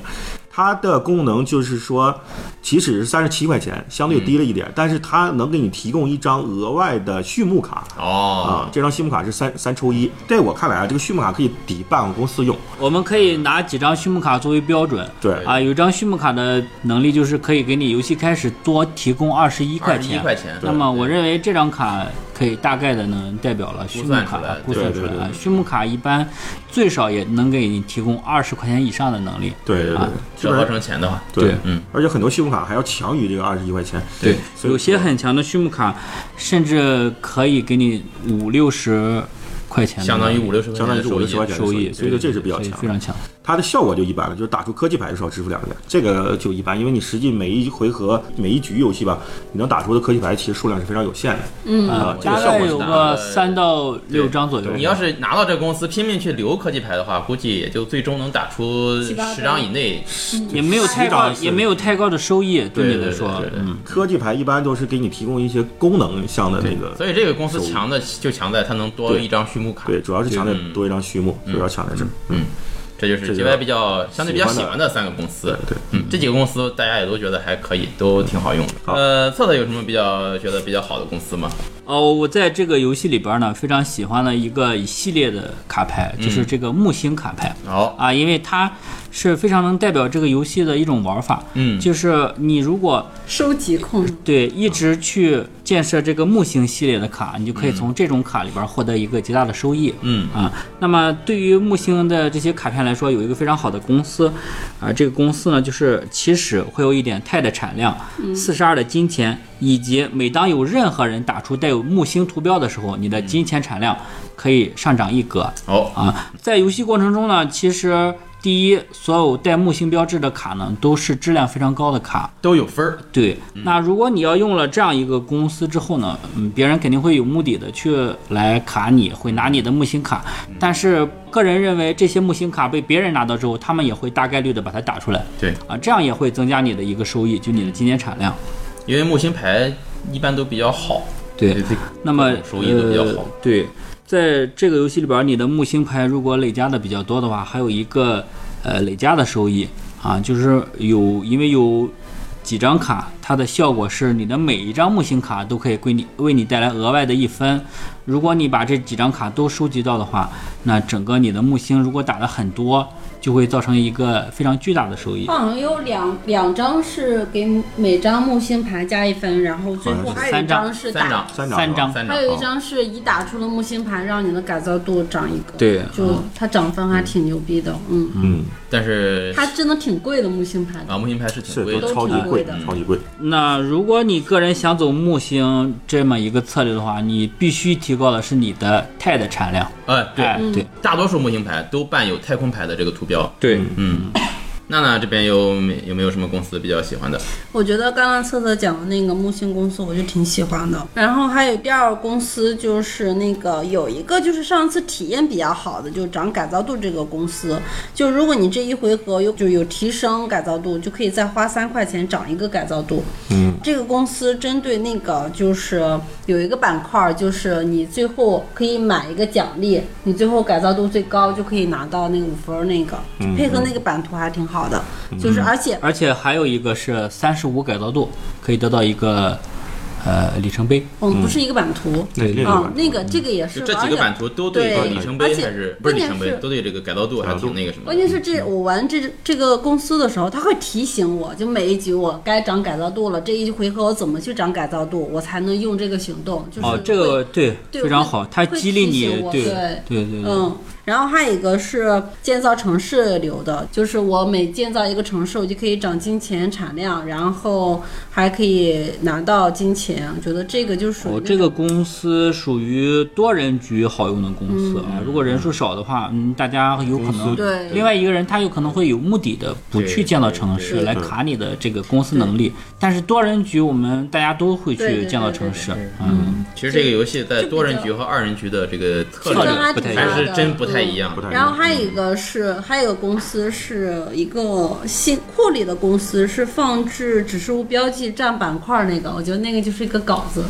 它的功能就是说，起始是三十七块钱，相对低了一点，但是它能给你提供一张额外的畜牧卡。啊
哦，，
这张畜牧卡是三三抽一，在我看来啊，这个畜牧卡可以抵半个公司用。
我们可以拿几张畜牧卡作为标准。
对
啊，有一张畜牧卡的能力就是可以给你游戏开始多提供二十一块
二十
钱。
一块钱。
那么我认为这张卡可以大概的能代表了畜牧卡啊
估
估
算
算
出
出
来对对对
来啊，畜牧卡一般最少也能给你提供二十块钱以上的能力。
对对对
啊，
基
折
本
合
上
成钱的话，
对，
嗯，
而且很多畜牧卡还要强于这个二十一块钱。
对
所以
有些很强的畜牧卡，甚至可以给你五六十块钱的
相
能力，
当于五六十块
相
钱
当于
的
是
收益
五六十块钱的
收益
所以说这是比较
所以
强的
非。常强。
它的效果就一般了，就是打出科技牌的时候支付两元，这个就一般，因为你实际每一回合每一局游戏吧，你能打出的科技牌其实数量是非常有限的。
嗯
啊
啊，
这个
大
效
概
果
有
是大
个
的
三到六张左右。
你要是拿到这个公司拼命去留科技牌的话，估计也就最终能打出
七八嗯张
十张以内。
也没有
十
太
张
高，
是
也没有太高的收益，
对
你来
对
说，
对对对
嗯，
科技牌一般都是给你提供一些功能项的那个，
所以这个公司
手艺
强的就强在它能多
对
一张畜牧卡，
对，主要是强在
嗯
多一张序幕，主要强在这儿。嗯，
这就
这
是
就
JY 比较相对比较喜
喜
欢
欢
的三个公司。
对，
嗯，这几个公司大家也都觉得还可以，都挺好用的。
好
呃，策策有什么比较觉得比较好的公司吗？
哦，我在这个游戏里边呢，非常喜欢的一个一系列的卡牌，
嗯
就是这个木星卡牌、
好，
啊，因为它是非常能代表这个游戏的一种玩法。
嗯
就是你如果
收集控
对一直去建设这个木星系列的卡，你就可以从这种卡里边获得一个极大的收益。
嗯
啊，那么对于木星的这些卡片来说，有一个非常好的公司，啊，这个公司呢，就是起始会有一点钛的产量，四十二的金钱，以及每当有任何人打出带有木星图标的时候，你的金钱产量可以上涨一格。
好，
啊，在游戏过程中呢，其实第一，所有带木星标志的卡呢，都是质量非常高的卡。
都有分儿。
对，那如果你要用了这样一个公司之后呢，嗯，别人肯定会有目的的去来卡你，会拿你的木星卡。但是个人认为，这些木星卡被别人拿到之后，他们也会大概率的把它打出来
对，
啊，这样也会增加你的一个收益，就你的今年产量。
因为木星牌一般都比较好，
对，
对
那么
收益都比较好
呃。对，在这个游戏里边，你的木星牌如果累加的比较多的话，还有一个呃累加的收益啊，就是有因为有几张卡，它的效果是你的每一张木星卡都可以归你为你带来额外的一分。如果你把这几张卡都收集到的话，那整个你的木星如果打的很多，就会造成一个非常巨大的收益。
嗯
好像有两两张是给每张木星牌加一分，然后最后
好像
还
是
有一张
三张
是
三
打
张，
三
三张
张
三张
还，有一张是已打出了木星牌，让你的改造度涨一个。
对
就它涨分还挺牛逼的，嗯，
嗯，
但是
它真的挺贵的木星牌
啊，木星牌是挺
是
贵
都
的
都。
超级
挺贵
贵
的，
超级贵。
那如果你个人想走木星这么一个策略的话，你必须提高的是你的钛的产量。
哎，对，
哎对
大多数木星牌都伴有太空牌的这个图标。
对
嗯，娜娜这边有没有没有什么公司比较喜欢的？
我觉得刚刚策策讲的那个木星公司，我就挺喜欢的。然后还有第二个公司就是那个有一个就是上次体验比较好的，就涨改造度这个公司。就如果你这一回合有就有提升改造度，就可以再花三块钱涨一个改造度。
嗯，
这个公司针对那个就是有一个板块儿，就是你最后可以买一个奖励，你最后改造度最高就可以拿到那个五分儿那个，就配合那个版图还挺好的。就是而且
而且还有一个是三十五改造度，可以得到一个呃里程碑。
嗯，不是一个版图。
那
嗯
另一个
啊
版，
那个这个也是
就这几个版。
而且
图都对这个
哎对
里程
而
碑
且
还是不是里程
关键
碑，
是
都对这个改造度还挺那个什么
关
的。
键是这我玩这这个公司的时候，他会提醒我，就每一局我该涨改造度了，这一回合我怎么去涨改造度，我才能用这个行动。就是
哦，这个对
对
非常好，
会
它激励
会提
你
醒，我
对
对
对
会
对，
嗯，然后还有一个是建造城市流的，就是我每建造一个城市，我就可以涨金钱产量，然后还可以拿到金钱。我觉得这个就属于
哦，
那
这
种
个公司属于多人局好用的公司啊。如果人数少的话，嗯，大家有可能
公司
嗯对
另外一个人他有可能会有目的的不去建造城市
对
来卡你的这个公司能力。但是多人局我们大家都会
对对
去
对
建造城市
对对，
嗯，
其实这个游戏在多人局和二人局的这个策
策
略
略
不太一
还
样
是真不太一样
不。太一
然后
样。
还有一个是，还有一个公司是一个新库里的公司，是放置指示物标记占板块那个，我觉得那个就是一个稿子。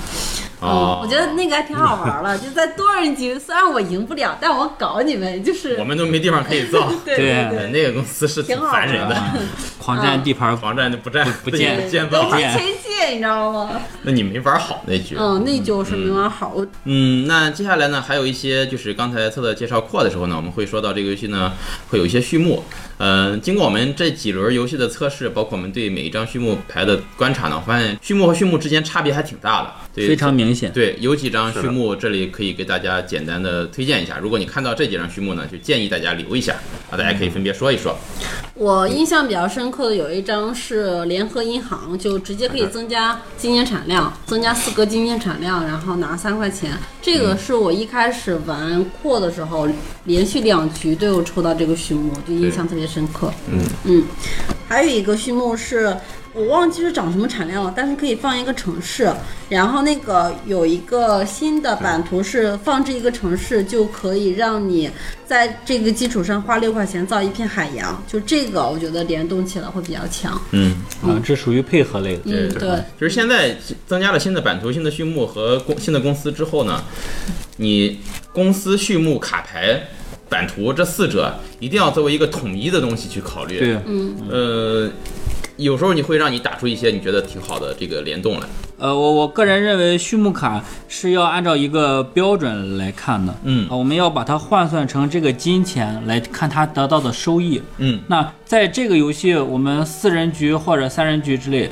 哦
嗯，我觉得那个还挺好玩了，就在多人局，虽然我赢不了，但我搞你们，就是
我们都没地方可以造。 呃
对
对
对，
那个公司是挺烦人
挺
的，
啊狂
嗯
占地盘，
网站就不占
不见
自己不
对
建
都
造
不，
见
亲切，你知道吗？
那你没玩好那局。
嗯，那就是没玩好。我
嗯，那接下来呢，还有一些就是刚才策策介绍扩的时候呢，我们会说到这个游戏呢会有一些序幕。嗯、经过我们这几轮游戏的测试，包括我们对每一张序幕牌的观察呢，我发现序幕和序幕之间差别还挺大的。对，
非常明明显。
对，有几张
是
序
的
幕，这里可以给大家简单的推荐一下。如果你看到这几张序幕呢，就建议大家留一下啊，大家可以分别说一说。
我印象比较深刻的有一张是联合银行，就直接可以增加今年产量，增加四个今年产量，然后拿三块钱。这个是我一开始玩扩的时候，连续两局都有抽到这个序幕，就印象特别深刻。
嗯
嗯，还有一个序幕是。我忘记是长什么产量了，但是可以放一个城市，然后那个有一个新的版图是放置一个城市，就可以让你在这个基础上花六块钱造一片海洋，就这个我觉得联动起来会比较强。
嗯，
啊，这属于配合类的。
嗯，
对
对，
就是现在增加了新的版图、新的序幕和公新的公司之后呢，你公司序幕卡牌。版图这四者一定要作为一个统一的东西去考虑。
对，
嗯
呃，有时候你会让你打出一些你觉得挺好的这个联动来。
呃，我我个人认为畜牧卡是要按照一个标准来看的，
嗯
啊，我们要把它换算成这个金钱来看它得到的收益。
嗯，
那在这个游戏，我们四人局或者三人局之类，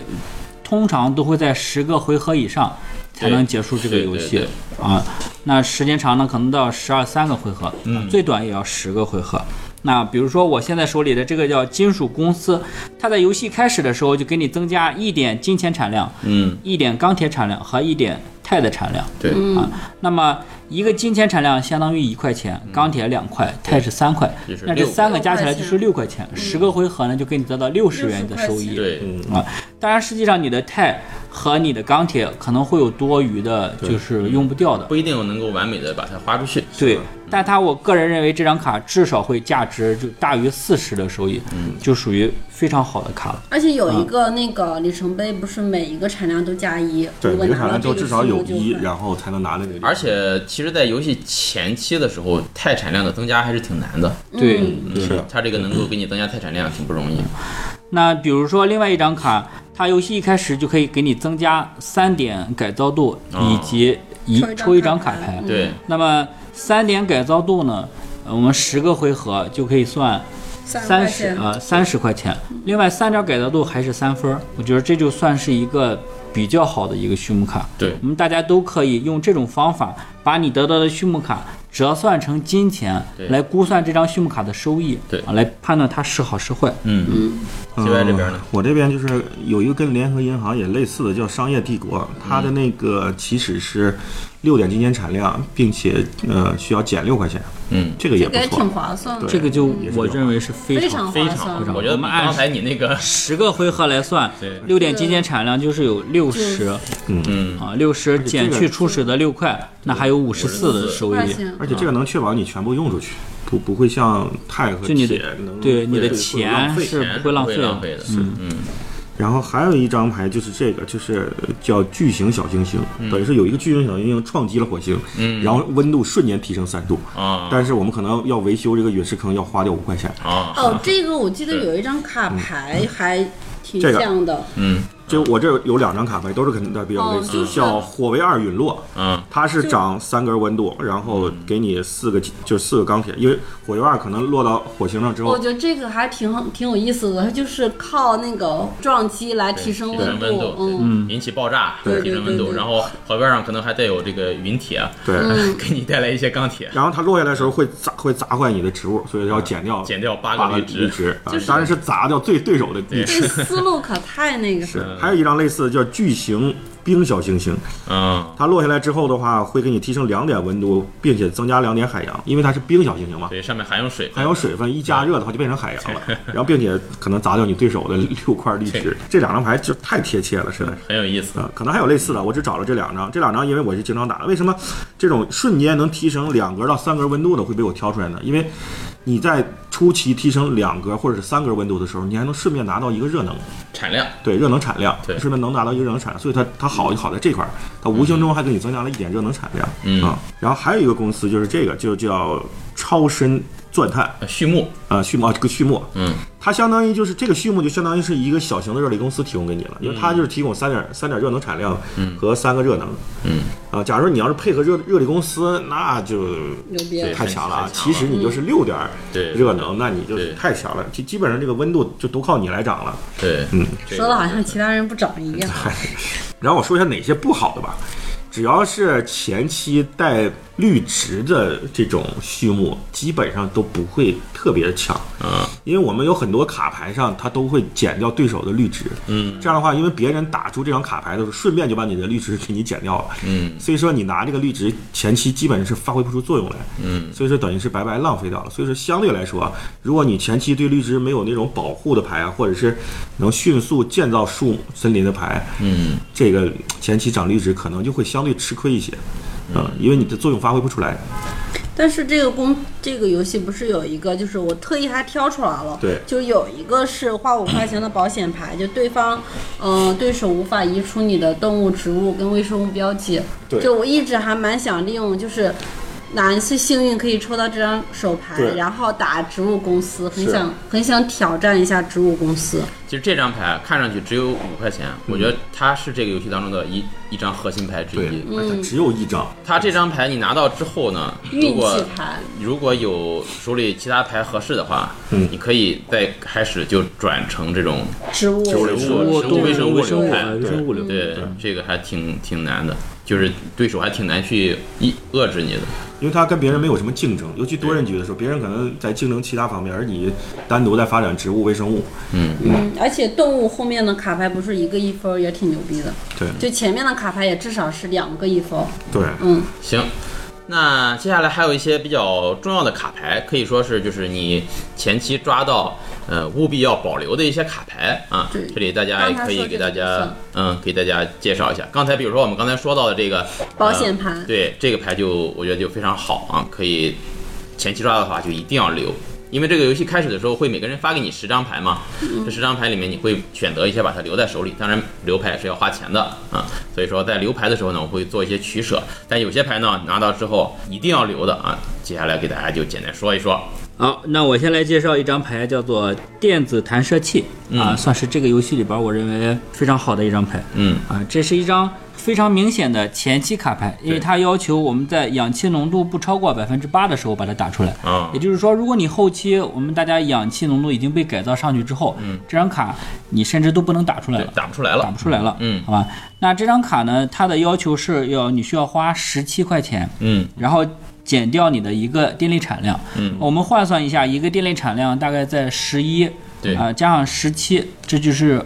通常都会在十个回合以上才
对
能结束这个
对
游
对
戏
对
啊。那时间长呢，可能到十二三个回合，啊
嗯
最短也要十个回合。那比如说我现在手里的这个叫金属公司，它在游戏开始的时候就给你增加一点金钱产量，
嗯，
一点钢铁产量和一点钛的产量。
对，
嗯
啊，那么一个金钱产量相当于一块钱，钢铁两块，钛是三块
嗯也是，
那这
六块嗯
三个加起来就是六块钱，十个回合呢就给你得到六十元的收益。
对，
啊，当然实际上你的钛和你的钢铁可能会有多余的，就是用不掉的。
不一定能够完美的把嗯它花出去。
对，但它我个人认为这张卡至少会价值就大于四十的收益，
嗯
就属于非常好的卡了。
而且有一个那个里程碑，不是每一个产量都加一，
嗯对，
如果
每个
拿
产
到
量
这
都
个
至少有
数就
一，
会
然后才能拿那个。
而且，其实，在游戏前期的时候，钛产量的增加还是挺难的。
对，
嗯
是啊
它这个能够给你增加钛产量，挺不容易。
那比如说另外一张卡，它游戏一开始就可以给你增加三点改造度以
哦嗯
及一抽
抽
一
一
张
张
卡
卡
牌
牌。
对，
那么三点改造度呢，呃我们十个回合就可以算
三
三
块
十
钱。
啊三十块钱。另外三点改造度还是三分儿，我觉得这就算是一个比较好的一个畜牧卡。
对
我们大家都可以用这种方法，把你得到的畜牧卡折算成金钱，
对
来估算这张畜牧卡的收益，
对
啊，来判断它是好是坏。
嗯，
嗯
西外这边呢，
我这边就是有一个跟联合银行也类似的，叫商业帝国，它的那个起始是六点今年产量，并且呃需要减六块钱，
嗯，
这个也
这
不
个也
错
挺。划算的，
对
这个就
也是
我
这种
认为是非
非
常
常
非
划
常
算。，
我觉得比刚才你那个，
十个回合来算
对，
六点金钱产量就是有六十
嗯，
啊，六十
且这
减
个
去初始的六块，那还有五十四的收
块
益。
钱
而且这个能确保你全部用出去，不不会像钛和
就你的
铁能
对你的
会浪
钱
费
是
钱
不会浪
费
费
浪
的。
的。嗯，
然后还有一张牌就是这个，就是叫巨型小行星，等于是有一个巨型小行星撞击了火星，
嗯
然后温度瞬间提升三度，
啊
但是我们可能要维修这个陨石坑要花掉五块钱，
啊，
哦，这个我记得有一张卡牌还挺
这个
像的，
嗯
就我这有两张卡牌都是跟它比较类
哦
似，
就是
嗯叫火卫二陨落。
啊，
它是涨三根温度，然
嗯
后给你四个，就是四个钢铁，因为火卫二可能落到火星上之
哦我
后，
觉得这个还挺挺有意思的，它就是靠那个撞击来提升
提升温
温
度，
嗯，
对引起爆炸，
对
提升温
对对
度，
对
然后河边上可能还带有这个云铁，啊
对，
嗯
给你带来一些钢铁，
然后它落下来的时候会砸会砸坏你的植物，所以要减掉
嗯减掉八
八
个
个
绿
绿
植，
植，啊
就是
当然是砸掉最对手的 绿
这
植。
思路可太那个啥
是
了。，
还有一张类似的叫巨型冰小行星，
嗯，
它落下来之后的话，会给你提升两点温度，并且增加两点海洋，因为它是冰小行星嘛，
对，上面含有水分
含有水分，一加热的话就变成海洋了， 然后并且可能砸掉你对手的六块绿植，这两张牌就太贴切了，实在是。
很有意思。
啊，可能还有类似的，我只找了这两张，这两张因为我是经常打的。为什么这种瞬间能提升两格到三格温度的会被我挑出来呢？因为你在初期提升两格或者是三格温度的时候，你还能顺便拿到一个热能，
产量，
对热能产量，
对
顺便能拿到一个热能产量，所以它它好就好在这块儿，它无形中还给你增加了一点热能产量，
嗯
啊，然后还有一个公司就是这个，就叫超深钻探，
呃畜牧，
啊，畜牧啊，这个畜牧，
嗯，
它相当于就是这个畜牧就相当于是一个小型的热力公司提供给你
嗯
了，因为它就是提供三点三点热能产量和三个热能，
嗯，
啊，假如说你要是配合热热力公司，那就
牛逼了
对
太强了啊
太！强
其
了嗯
实你就是六点儿
对
热能，那你就
对
太强了，基基本上这个温度就都靠你来涨了。
对，
嗯
这个
说的好像其他人不长一样。
然后我说一下哪些不好的吧。只要是前期带绿植的这种序幕，基本上都不会特别强，
嗯
因为我们有很多卡牌上它都会减掉对手的绿植，
嗯
这样的话，因为别人打出这张卡牌的时候，顺便就把你的绿植给你减掉了，
嗯
所以说你拿这个绿植前期基本是发挥不出作用来，
嗯
所以说等于是白白浪费掉了。所以说相对来说啊，如果你前期对绿植没有那种保护的牌啊，或者是能迅速建造树森林的牌，
嗯
这个前期长绿植可能就会相对吃亏一些，嗯，因为你的作用发挥不出来。
但是这个公这个游戏不是有一个，就是我特意还挑出来了，
对
就有一个是花五块钱的保险牌，就对方，嗯、对手无法移除你的动物、植物跟微生物标记。
对
就我一直还蛮想利用，就是哪一次幸运可以抽到这张手牌，
对
然后打植物公司，很
是
想很想挑战一下植物公司。
其实这张牌看上去只有五块钱，我觉得它是这个游戏当中的一一张核心牌之一。
而且只有一张，
它这张牌你拿到之后呢，如
运
果
气牌，
如果有手里其他牌合适的话，
嗯
你可以再开始就转成这种
植物
植
植
物
物、
植
动物、
微生物
微生物、
流
啊
派
微生物流
对，这个还挺挺难的，就是对手还挺难去抑遏制你的。
因为它跟别人没有什么竞争，尤其多人局的时候，别人可能在竞争其他方面，而你单独在发展植物、微生物。
嗯，而且动物后面的卡牌不是一个一分儿也挺牛逼的，
对
就前面的卡牌也至少是两个一分儿，
对，
嗯，
行，那接下来还有一些比较重要的卡牌，可以说是就是你前期抓到，呃，务必要保留的一些卡牌啊。
对
这里大家也可以给大家，嗯，给大家介绍一下。刚才比如说我们刚才说到的这个
保险牌
呃对这个牌就我觉得就非常好啊，可以前期抓到的话就一定要留。因为这个游戏开始的时候会每个人发给你十张牌嘛，
嗯
这十张牌里面你会选择一些把它留在手里，当然留牌是要花钱的啊，所以说在留牌的时候呢，我会做一些取舍，但有些牌呢拿到之后一定要留的啊。接下来给大家就简单说一说，
好，那我先来介绍一张牌，叫做电子弹射器啊，算是这个游戏里边我认为非常好的一张牌
嗯
啊。这是一张非常明显的前期卡牌，因为它要求我们在氧气浓度不超过百分之八的时候把它打出来。
啊
嗯
也就是说，如果你后期我们大家氧气浓度已经被改造上去之后，这张卡你甚至都不能打出来
嗯对
了，
打不出来
打
了，
不出来了，
嗯
好吧？那这张卡呢，它的要求是要你需要花十七块钱，
嗯
然后减掉你的一个电力产量。
嗯
我们换算一下，一个电力产量大概在十一，
对
啊、加上十七，这就是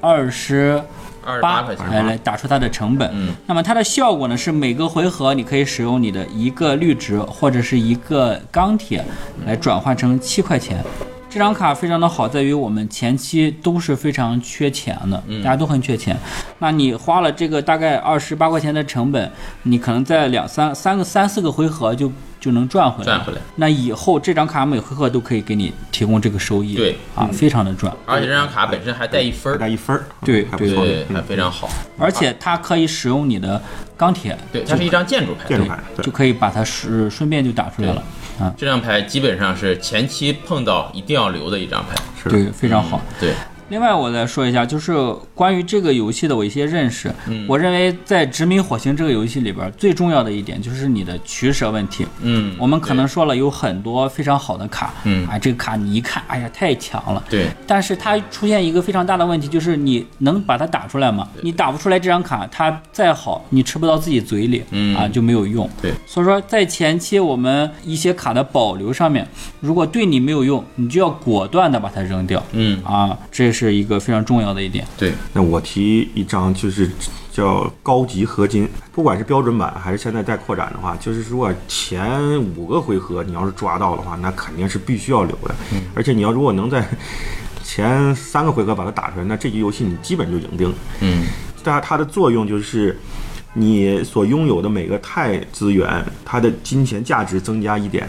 二十
二十
八
八块钱，
哎来来打出它的成本。
嗯，
那么它的效果呢是每个回合你可以使用你的一个绿植或者是一个钢铁来转换成七块钱。这张卡非常的好，在于我们前期都是非常缺钱的，
嗯
大家都很缺钱。那你花了这个大概二十八块钱的成本，你可能在两三三个三四个回合就就能赚回来。
赚回来。
那以后这张卡每回合都可以给你提供这个收益，
对嗯
啊，非常的赚。
而且这张卡本身还带一分
大
儿，
概一分儿，
对
还不错嗯
对
的，，
还非常好，
而且它可以使用你的钢铁，
对，它是一张建筑牌，
建筑牌，对
就可以把它是顺便就打出来了啊，
这张牌基本上是前期碰到一定要留的一张牌，
是
对，非常好。
对，
另外，我再说一下，就是关于这个游戏的我一些认识。我认为在《殖民火星》这个游戏里边，最重要的一点就是你的取舍问题。
嗯，
我们可能说了有很多非常好的卡，
嗯
啊，这个卡你一看，哎呀，太强了。
对，
但是它出现一个非常大的问题，就是你能把它打出来吗？你打不出来这张卡，它再好，你吃不到自己嘴里，
嗯
啊就没有用。
对，
所以说在前期我们一些卡的保留上面，如果对你没有用，你就要果断的把它扔掉。
嗯，
啊，这是一个非常重要的一点。
对，
那我提一张就是叫高级合金，不管是标准版还是现在再扩展的话，就是如果前五个回合你要是抓到的话，那肯定是必须要留的。而且你要如果能在前三个回合把它打出来，那这局游戏你基本就赢定了。
嗯
它它的作用就是，你所拥有的每个钛资源，它的金钱价值增加一点；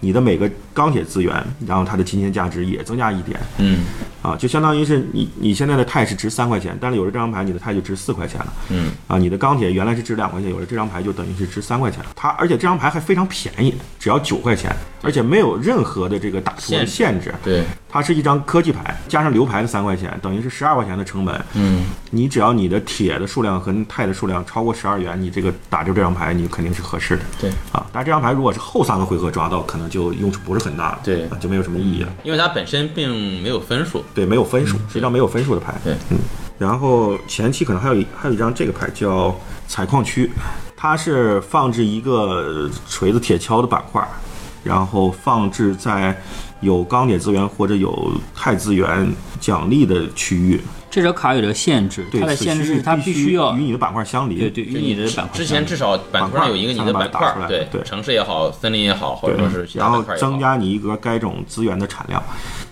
你的每个钢铁资源，然后它的金钱价值也增加一点。
嗯
啊，就相当于是你你现在的钛是值三块钱，但是有了这张牌，你的钛就值四块钱了。
嗯，
啊，你的钢铁原来是值两块钱，有了这张牌就等于是值三块钱了。它而且这张牌还非常便宜，只要九块钱，而且没有任何的这个打出的
限制
限制。
对，
它是一张科技牌，加上流牌的三块钱，等于是十二块钱的成本。
嗯
你只要你的铁的数量和钛的数量超过十二元，你这个打出这张牌，你肯定是合适的。
对
啊，但这张牌如果是后三个回合抓到，可能就用处不是很大了。
对
啊就没有什么意义了。
因为它本身并没有分数，
嗯
对，没有分数，是一张没有分数的牌。
对
嗯，然后前期可能还有一还有一张这个牌叫采矿区，它是放置一个锤子、铁锹的板块，然后放置在有钢铁资源或者有钛资源奖励的区域。
这张卡有点限制，
对，
它的
此
限制
区域
是它必
必
须要
与你的板块相离。
对对与你的
啊
板块
之前至少板块有一个你的板
板块才能把它打出
块，
来
对
对
城市也好，森林也好，或者说是其他
然后
板块也好
增加你一个该种资源的产量，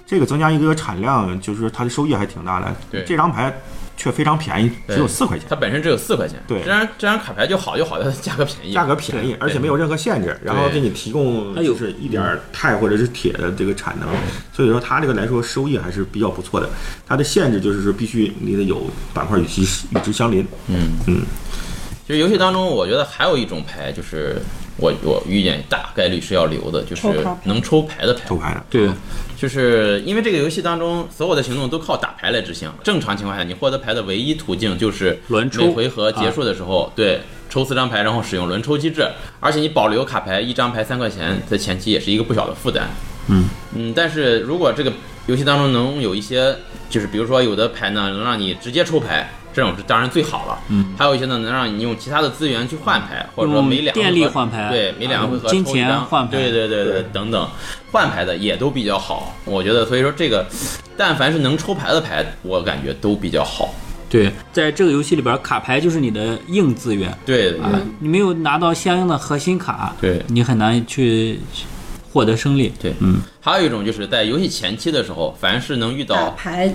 这个增加一个产量，就是它的收益还挺大的。
对
这张牌却非常便宜，
对
只有四块钱
它，本身只有四块钱，
对
这张这张卡牌就好就好在它价格便宜，
价格便宜，而且没有任何限制，然后给你提供
它有
就是一点儿钛或者是铁的这个产能，所以说它这个来说收益还是比较不错的。它的限制就是说必须你得有板块与其与之相邻。
嗯
嗯，
其实游戏当中，我觉得还有一种牌，就是我我预见大概率是要留的，就是
抽卡牌
能抽牌的牌
抽。牌的，
对
就是因为这个游戏当中，所有的行动都靠打牌来执行。正常情况下，你获得牌的唯一途径就是
轮抽啊
每回合结束的时候，对，抽四张牌，然后使用轮抽机制。而且你保留卡牌，一张牌三块钱，在前期也是一个不小的负担。嗯，但是如果这个游戏当中能有一些，就是比如说有的牌呢能让你直接抽牌，这种是当然最好了。嗯，还有一些呢能让你用其他的资源去换牌，或者说每两个回合
用电力换牌
对，每两个回合
啊金
抽一张
钱嗯换牌
对对对对
对，
等等，换牌的也都比较好。我觉得，所以说这个，但凡是能抽牌的牌，我感觉都比较好。
对，在这个游戏里边，卡牌就是你的硬资源
对对对
啊，你没有拿到相应的核心卡，
对
你很难去获得胜利。
对
嗯，
还有一种就是在游戏前期的时候，凡是能遇
打
到
牌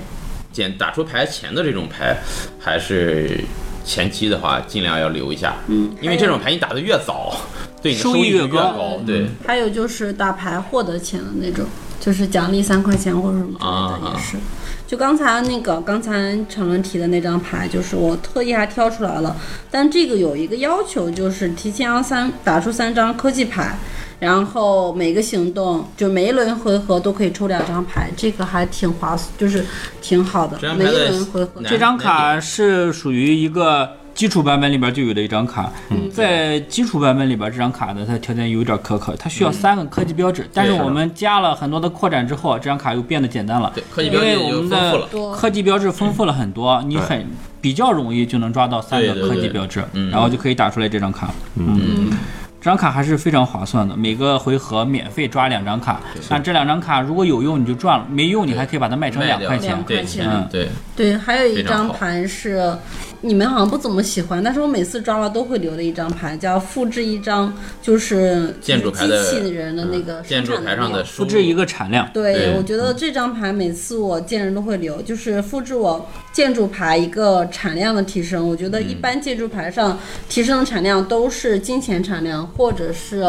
捡打出牌前的这种牌，还是前期的话尽量要留一下，嗯，因为这种牌你打的越早，对你的
收
收益
益越
越
高嗯
对。嗯
还有就是打牌获得钱的那种，就是奖励三块钱或者什么之类
啊
的，也是。就刚才那个刚才陈伦提的那张牌，就是我特意还挑出来了，但这个有一个要求，就是提前要三打出三张科技牌，然后每个行动就每一轮回合都可以抽两张牌，这个还挺划算，就是挺好的
这。张
每
牌
一
在
轮回合
哪
这张卡是属于一个基础版本里边就有的一张卡，
嗯
在基础版本里边这张卡呢，它条件有点苛刻，它需要三个科技标
嗯
志，但是我们加了很多的扩展之后，这张卡又变得简单了。
对，科技
因
标
为
志就
我们
丰富
的
了，嗯
多
科技标志丰富了很多，你很比较容易就能抓到三
对对
个科技
对
标志，
嗯
然后就可以打出来这张卡。
嗯，
这张卡还是非常划算的，每个回合免费抓两张卡，那这两张卡如果有用你就赚了，没用你还可以把它卖成
卖
两
掉
块
两
钱。
块
对
钱
嗯
对，
对，还有一
非常
张
好
牌是你们好像不怎么喜欢，但是我每次抓了都会留的一张牌，叫复制一张，就是
建筑牌的嗯
机器人的那个
建筑
生产
牌上
力
的
复制一个产量。
对，
对嗯
我觉得这张牌每次我见人都会留，就是复制我建筑牌一个产量的提升。我觉得
嗯
一般建筑牌上提升的产量都是金钱产量或者是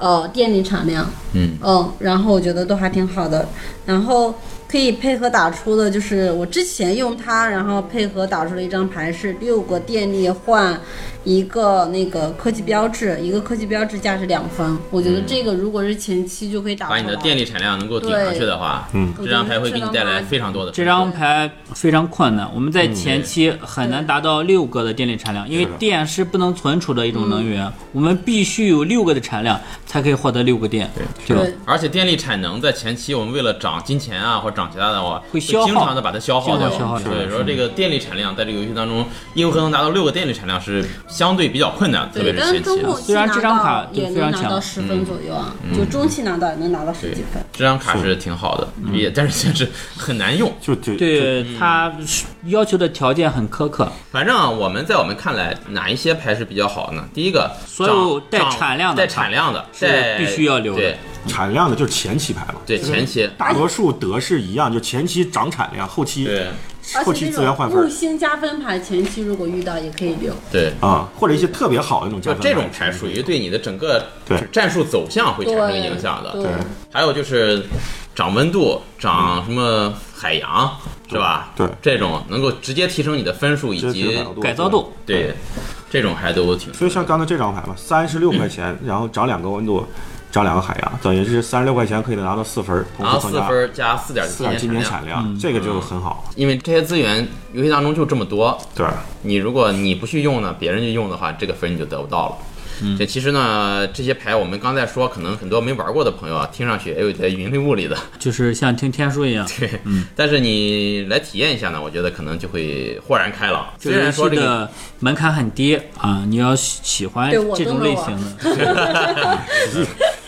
呃电力产量，
嗯
然后我觉得都还挺好的，然后。可以配合打出的，就是我之前用它，然后配合打出了一张牌，是六个电力换一个那个科技标志，一个科技标志价值两分。我觉得这个如果是前期就可以打
嗯
出
把
来。
你的电力产量能够顶上去的话，
嗯
这张牌会给你带来非常多的
这张牌非常困难，我们
嗯
在前期很难达到六个的电力产量，因为电是不能存储的一
嗯
种能源，我们必须有六个的产量才可以获得六个电。
对
对
对
而且电力产能在前期，我们为了涨金钱啊，或者涨其他的话，
会
会
消耗
经常的把它消耗掉。
经常消耗掉
所以
是
说，这个电力产量在这个游戏当中，一回合能达到六个电力产量是相对比较困难，特别
对，
是
但是
前
中
期。啊
后期
虽然这张卡
拿到
就
也
非常
能拿
强
到十分左右啊，就中期拿到也能拿到十
对
几分。，
这张卡是挺好的，
嗯
也但是就是很难用。
就就
对
嗯
它要求的条件很苛刻，
反正啊，我们在我们看来，哪一些牌是比较好呢？第一个，
所有
涨
带
涨
产量的
带
卡
产量的
是
带
必须要留的
对
产量的就是前期牌嘛。
对，前期
大多数德是一样，就前期涨产量，后期
对
后
而且
期
这
资源换
种
分
木
儿
星加分牌，前期如果遇到也可以留。
对，
啊，或者一些特别好的那种加
就
分
这种
牌
牌属于对你的整个
对
战术走向会
对
产生影响的。
对
对
还有就是涨温度、涨什么海洋，是吧？
嗯对
这种能够直接提升你的分数以
这是
及
改造度
改造度。
对，这种还都挺。
所以像刚才这张牌嘛，三十六块钱，然后涨两个温度，涨两个海洋，等于是三十六块钱可以拿到四分儿，同
然
时
后
增
啊四
加
分加四点
四点啊今年
产
产
量，
量，这个就很好。
因为这些资源游戏当中就这么多，
对，
你如果你不去用呢，别人去用的话，这个分你就得不到了。
嗯
这其实呢，这些牌我们刚才说，可能很多没玩过的朋友啊，听上去也有些云里雾里的，
就是像听天书一样。
对，但是你来体验一下呢，我觉得可能就会豁然开朗。
这
虽
个游
然说
戏
这个
的门槛很低啊，你要喜喜欢
对我
这
都
种
能
类
玩
型的。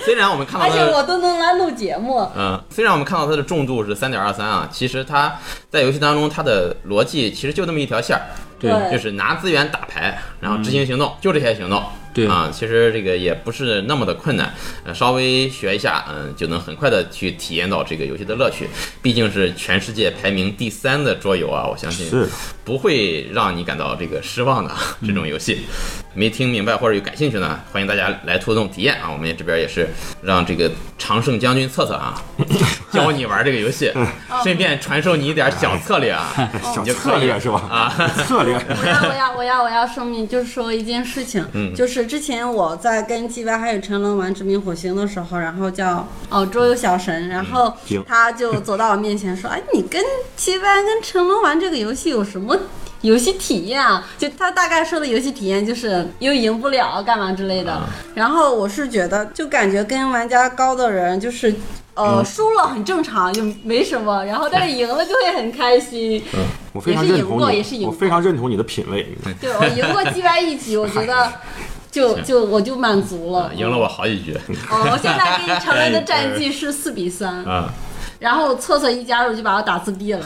虽然我们看到
而
它
且
的
我都能来录节目，
嗯，虽然我们看到它的重度是三点二三啊，其实它在游戏当中它的逻辑其实就那么一条线儿，
对
对
就是拿资源打牌，然后执行行动，就这些行动。
对
啊，其实这个也不是那么的困难，呃，稍微学一下，嗯、就能很快的去体验到这个游戏的乐趣。毕竟是全世界排名第三的桌游啊，我相信
是
不会让你感到这个失望的啊 这种游戏。没听明白或者有感兴趣呢，欢迎大家来拖动体验啊！我们这边也是让这个常胜将军测测啊， 教你玩这个游戏，顺便传授你一点小策略啊。
小
你就
策
可以
略是吧？啊， 策略。
我要我要我要我要声明，就是说一件事情，就是之前我在跟 G Y 还有陈龙玩《殖民火星》的时候，然后叫哦桌游小神，然后
行
他就走到我面前说：“哎，你跟 G Y 跟陈龙玩这个游戏有什么？”游戏体验啊，就他大概说的游戏体验就是又赢不了干嘛之类的。然后我是觉得，就感觉跟玩家高的人就是，呃，输了很正常，就没什么。然后但是赢了就会很开心。
我非常认同
也是赢
你，
过
我非常认同你的品味。
对我赢过 G Y 一局，我觉得 就就我就满足了，
嗯赢了。我好几局
哦，我现在给你承认的战绩是四比三，
啊！
然后测测一加入就把我打自闭了。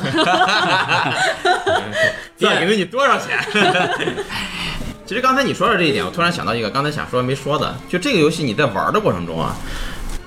这赢了你多少钱？其实刚才你说的这一点，我突然想到一个刚才想说没说的，就这个游戏你在玩的过程中啊，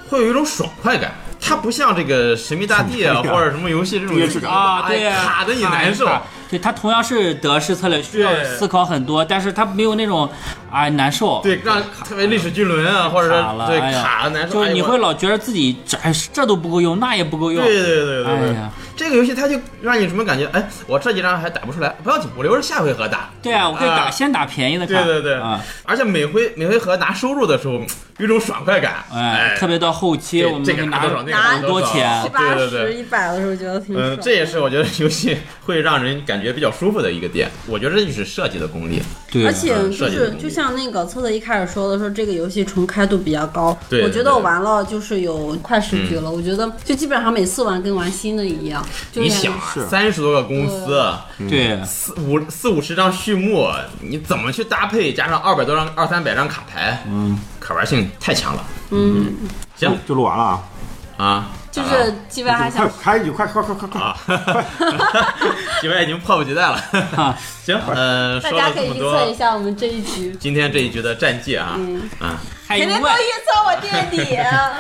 会有一种爽快感。它不像这个《神秘大地》啊，
爽快感
或者什么游戏这种
憋住
啊，
啊，对哎呀，
卡的你难受。
卡对，它同样是德式策略，需要
对
思考很多，但是它没有那种啊难受。
对，让特别历史巨轮啊，或者
卡
说
了，
对
哎呀
卡了难受，
就是
哎
你
我
会老觉得自己这哎这都不够用，那也不够用。
对对对对
哎
对
呀，
这个游戏它就让你什么感觉？哎，我这几张还打不出来，不要紧，我留着下回合打。
对啊，我可以
啊
打先打便宜 的
对
卡。
对对
啊，，
而且每回每回合拿收入的时候，有一种爽快感，
哎，特别到后期
这
我们
这个
会
拿多少，那个
拿
多
多
少
钱
对
七八
对
十、
对。
一百的时候觉得挺爽
嗯，。这也是我觉得游戏会让人感觉比较舒服的一个点。我觉得这就是设计的功力。
对，
而且
嗯
就
设计的
是
东西
就像那个测测一开始说的，说这个游戏重开度比较高。
对
我觉得
对嗯
我玩了就是有快十局了，我觉得就基本上每次玩跟玩新的一样。就
你
是
想啊
是，
三十多个公司，
对
嗯
四五四五十张序幕，你怎么去搭配？加上二百多张、二三百张卡牌，嗯，可玩性太强了
嗯，
行
就录完了啊！
啊！
就
啊
是基本上还
快
想
开一句，快快快快快！
啊，几位已经迫不及待了。
啊，
行，呃，
大
说
家
了
可
这
以
么
预测
多
一，下我们这一局。
今天这一局的战绩啊，啊，
还
谁
有
能够
外
预测我垫底？啊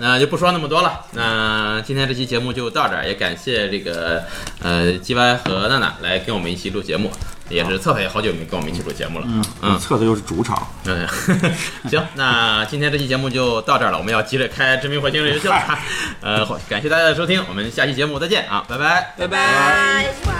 那就不说那么多了。那今天这期节目就到这儿，也感谢这个呃 G Y 和娜娜来跟我们一起录节目，也是策划也好久没跟我们一起录节目了。嗯嗯
测的又是主场，
嗯，行，那今天这期节目就到这儿了，我们要急着开《知名火星》 这游戏了。呃，感谢大家的收听，我们下期节目再见啊，拜拜。
拜
拜。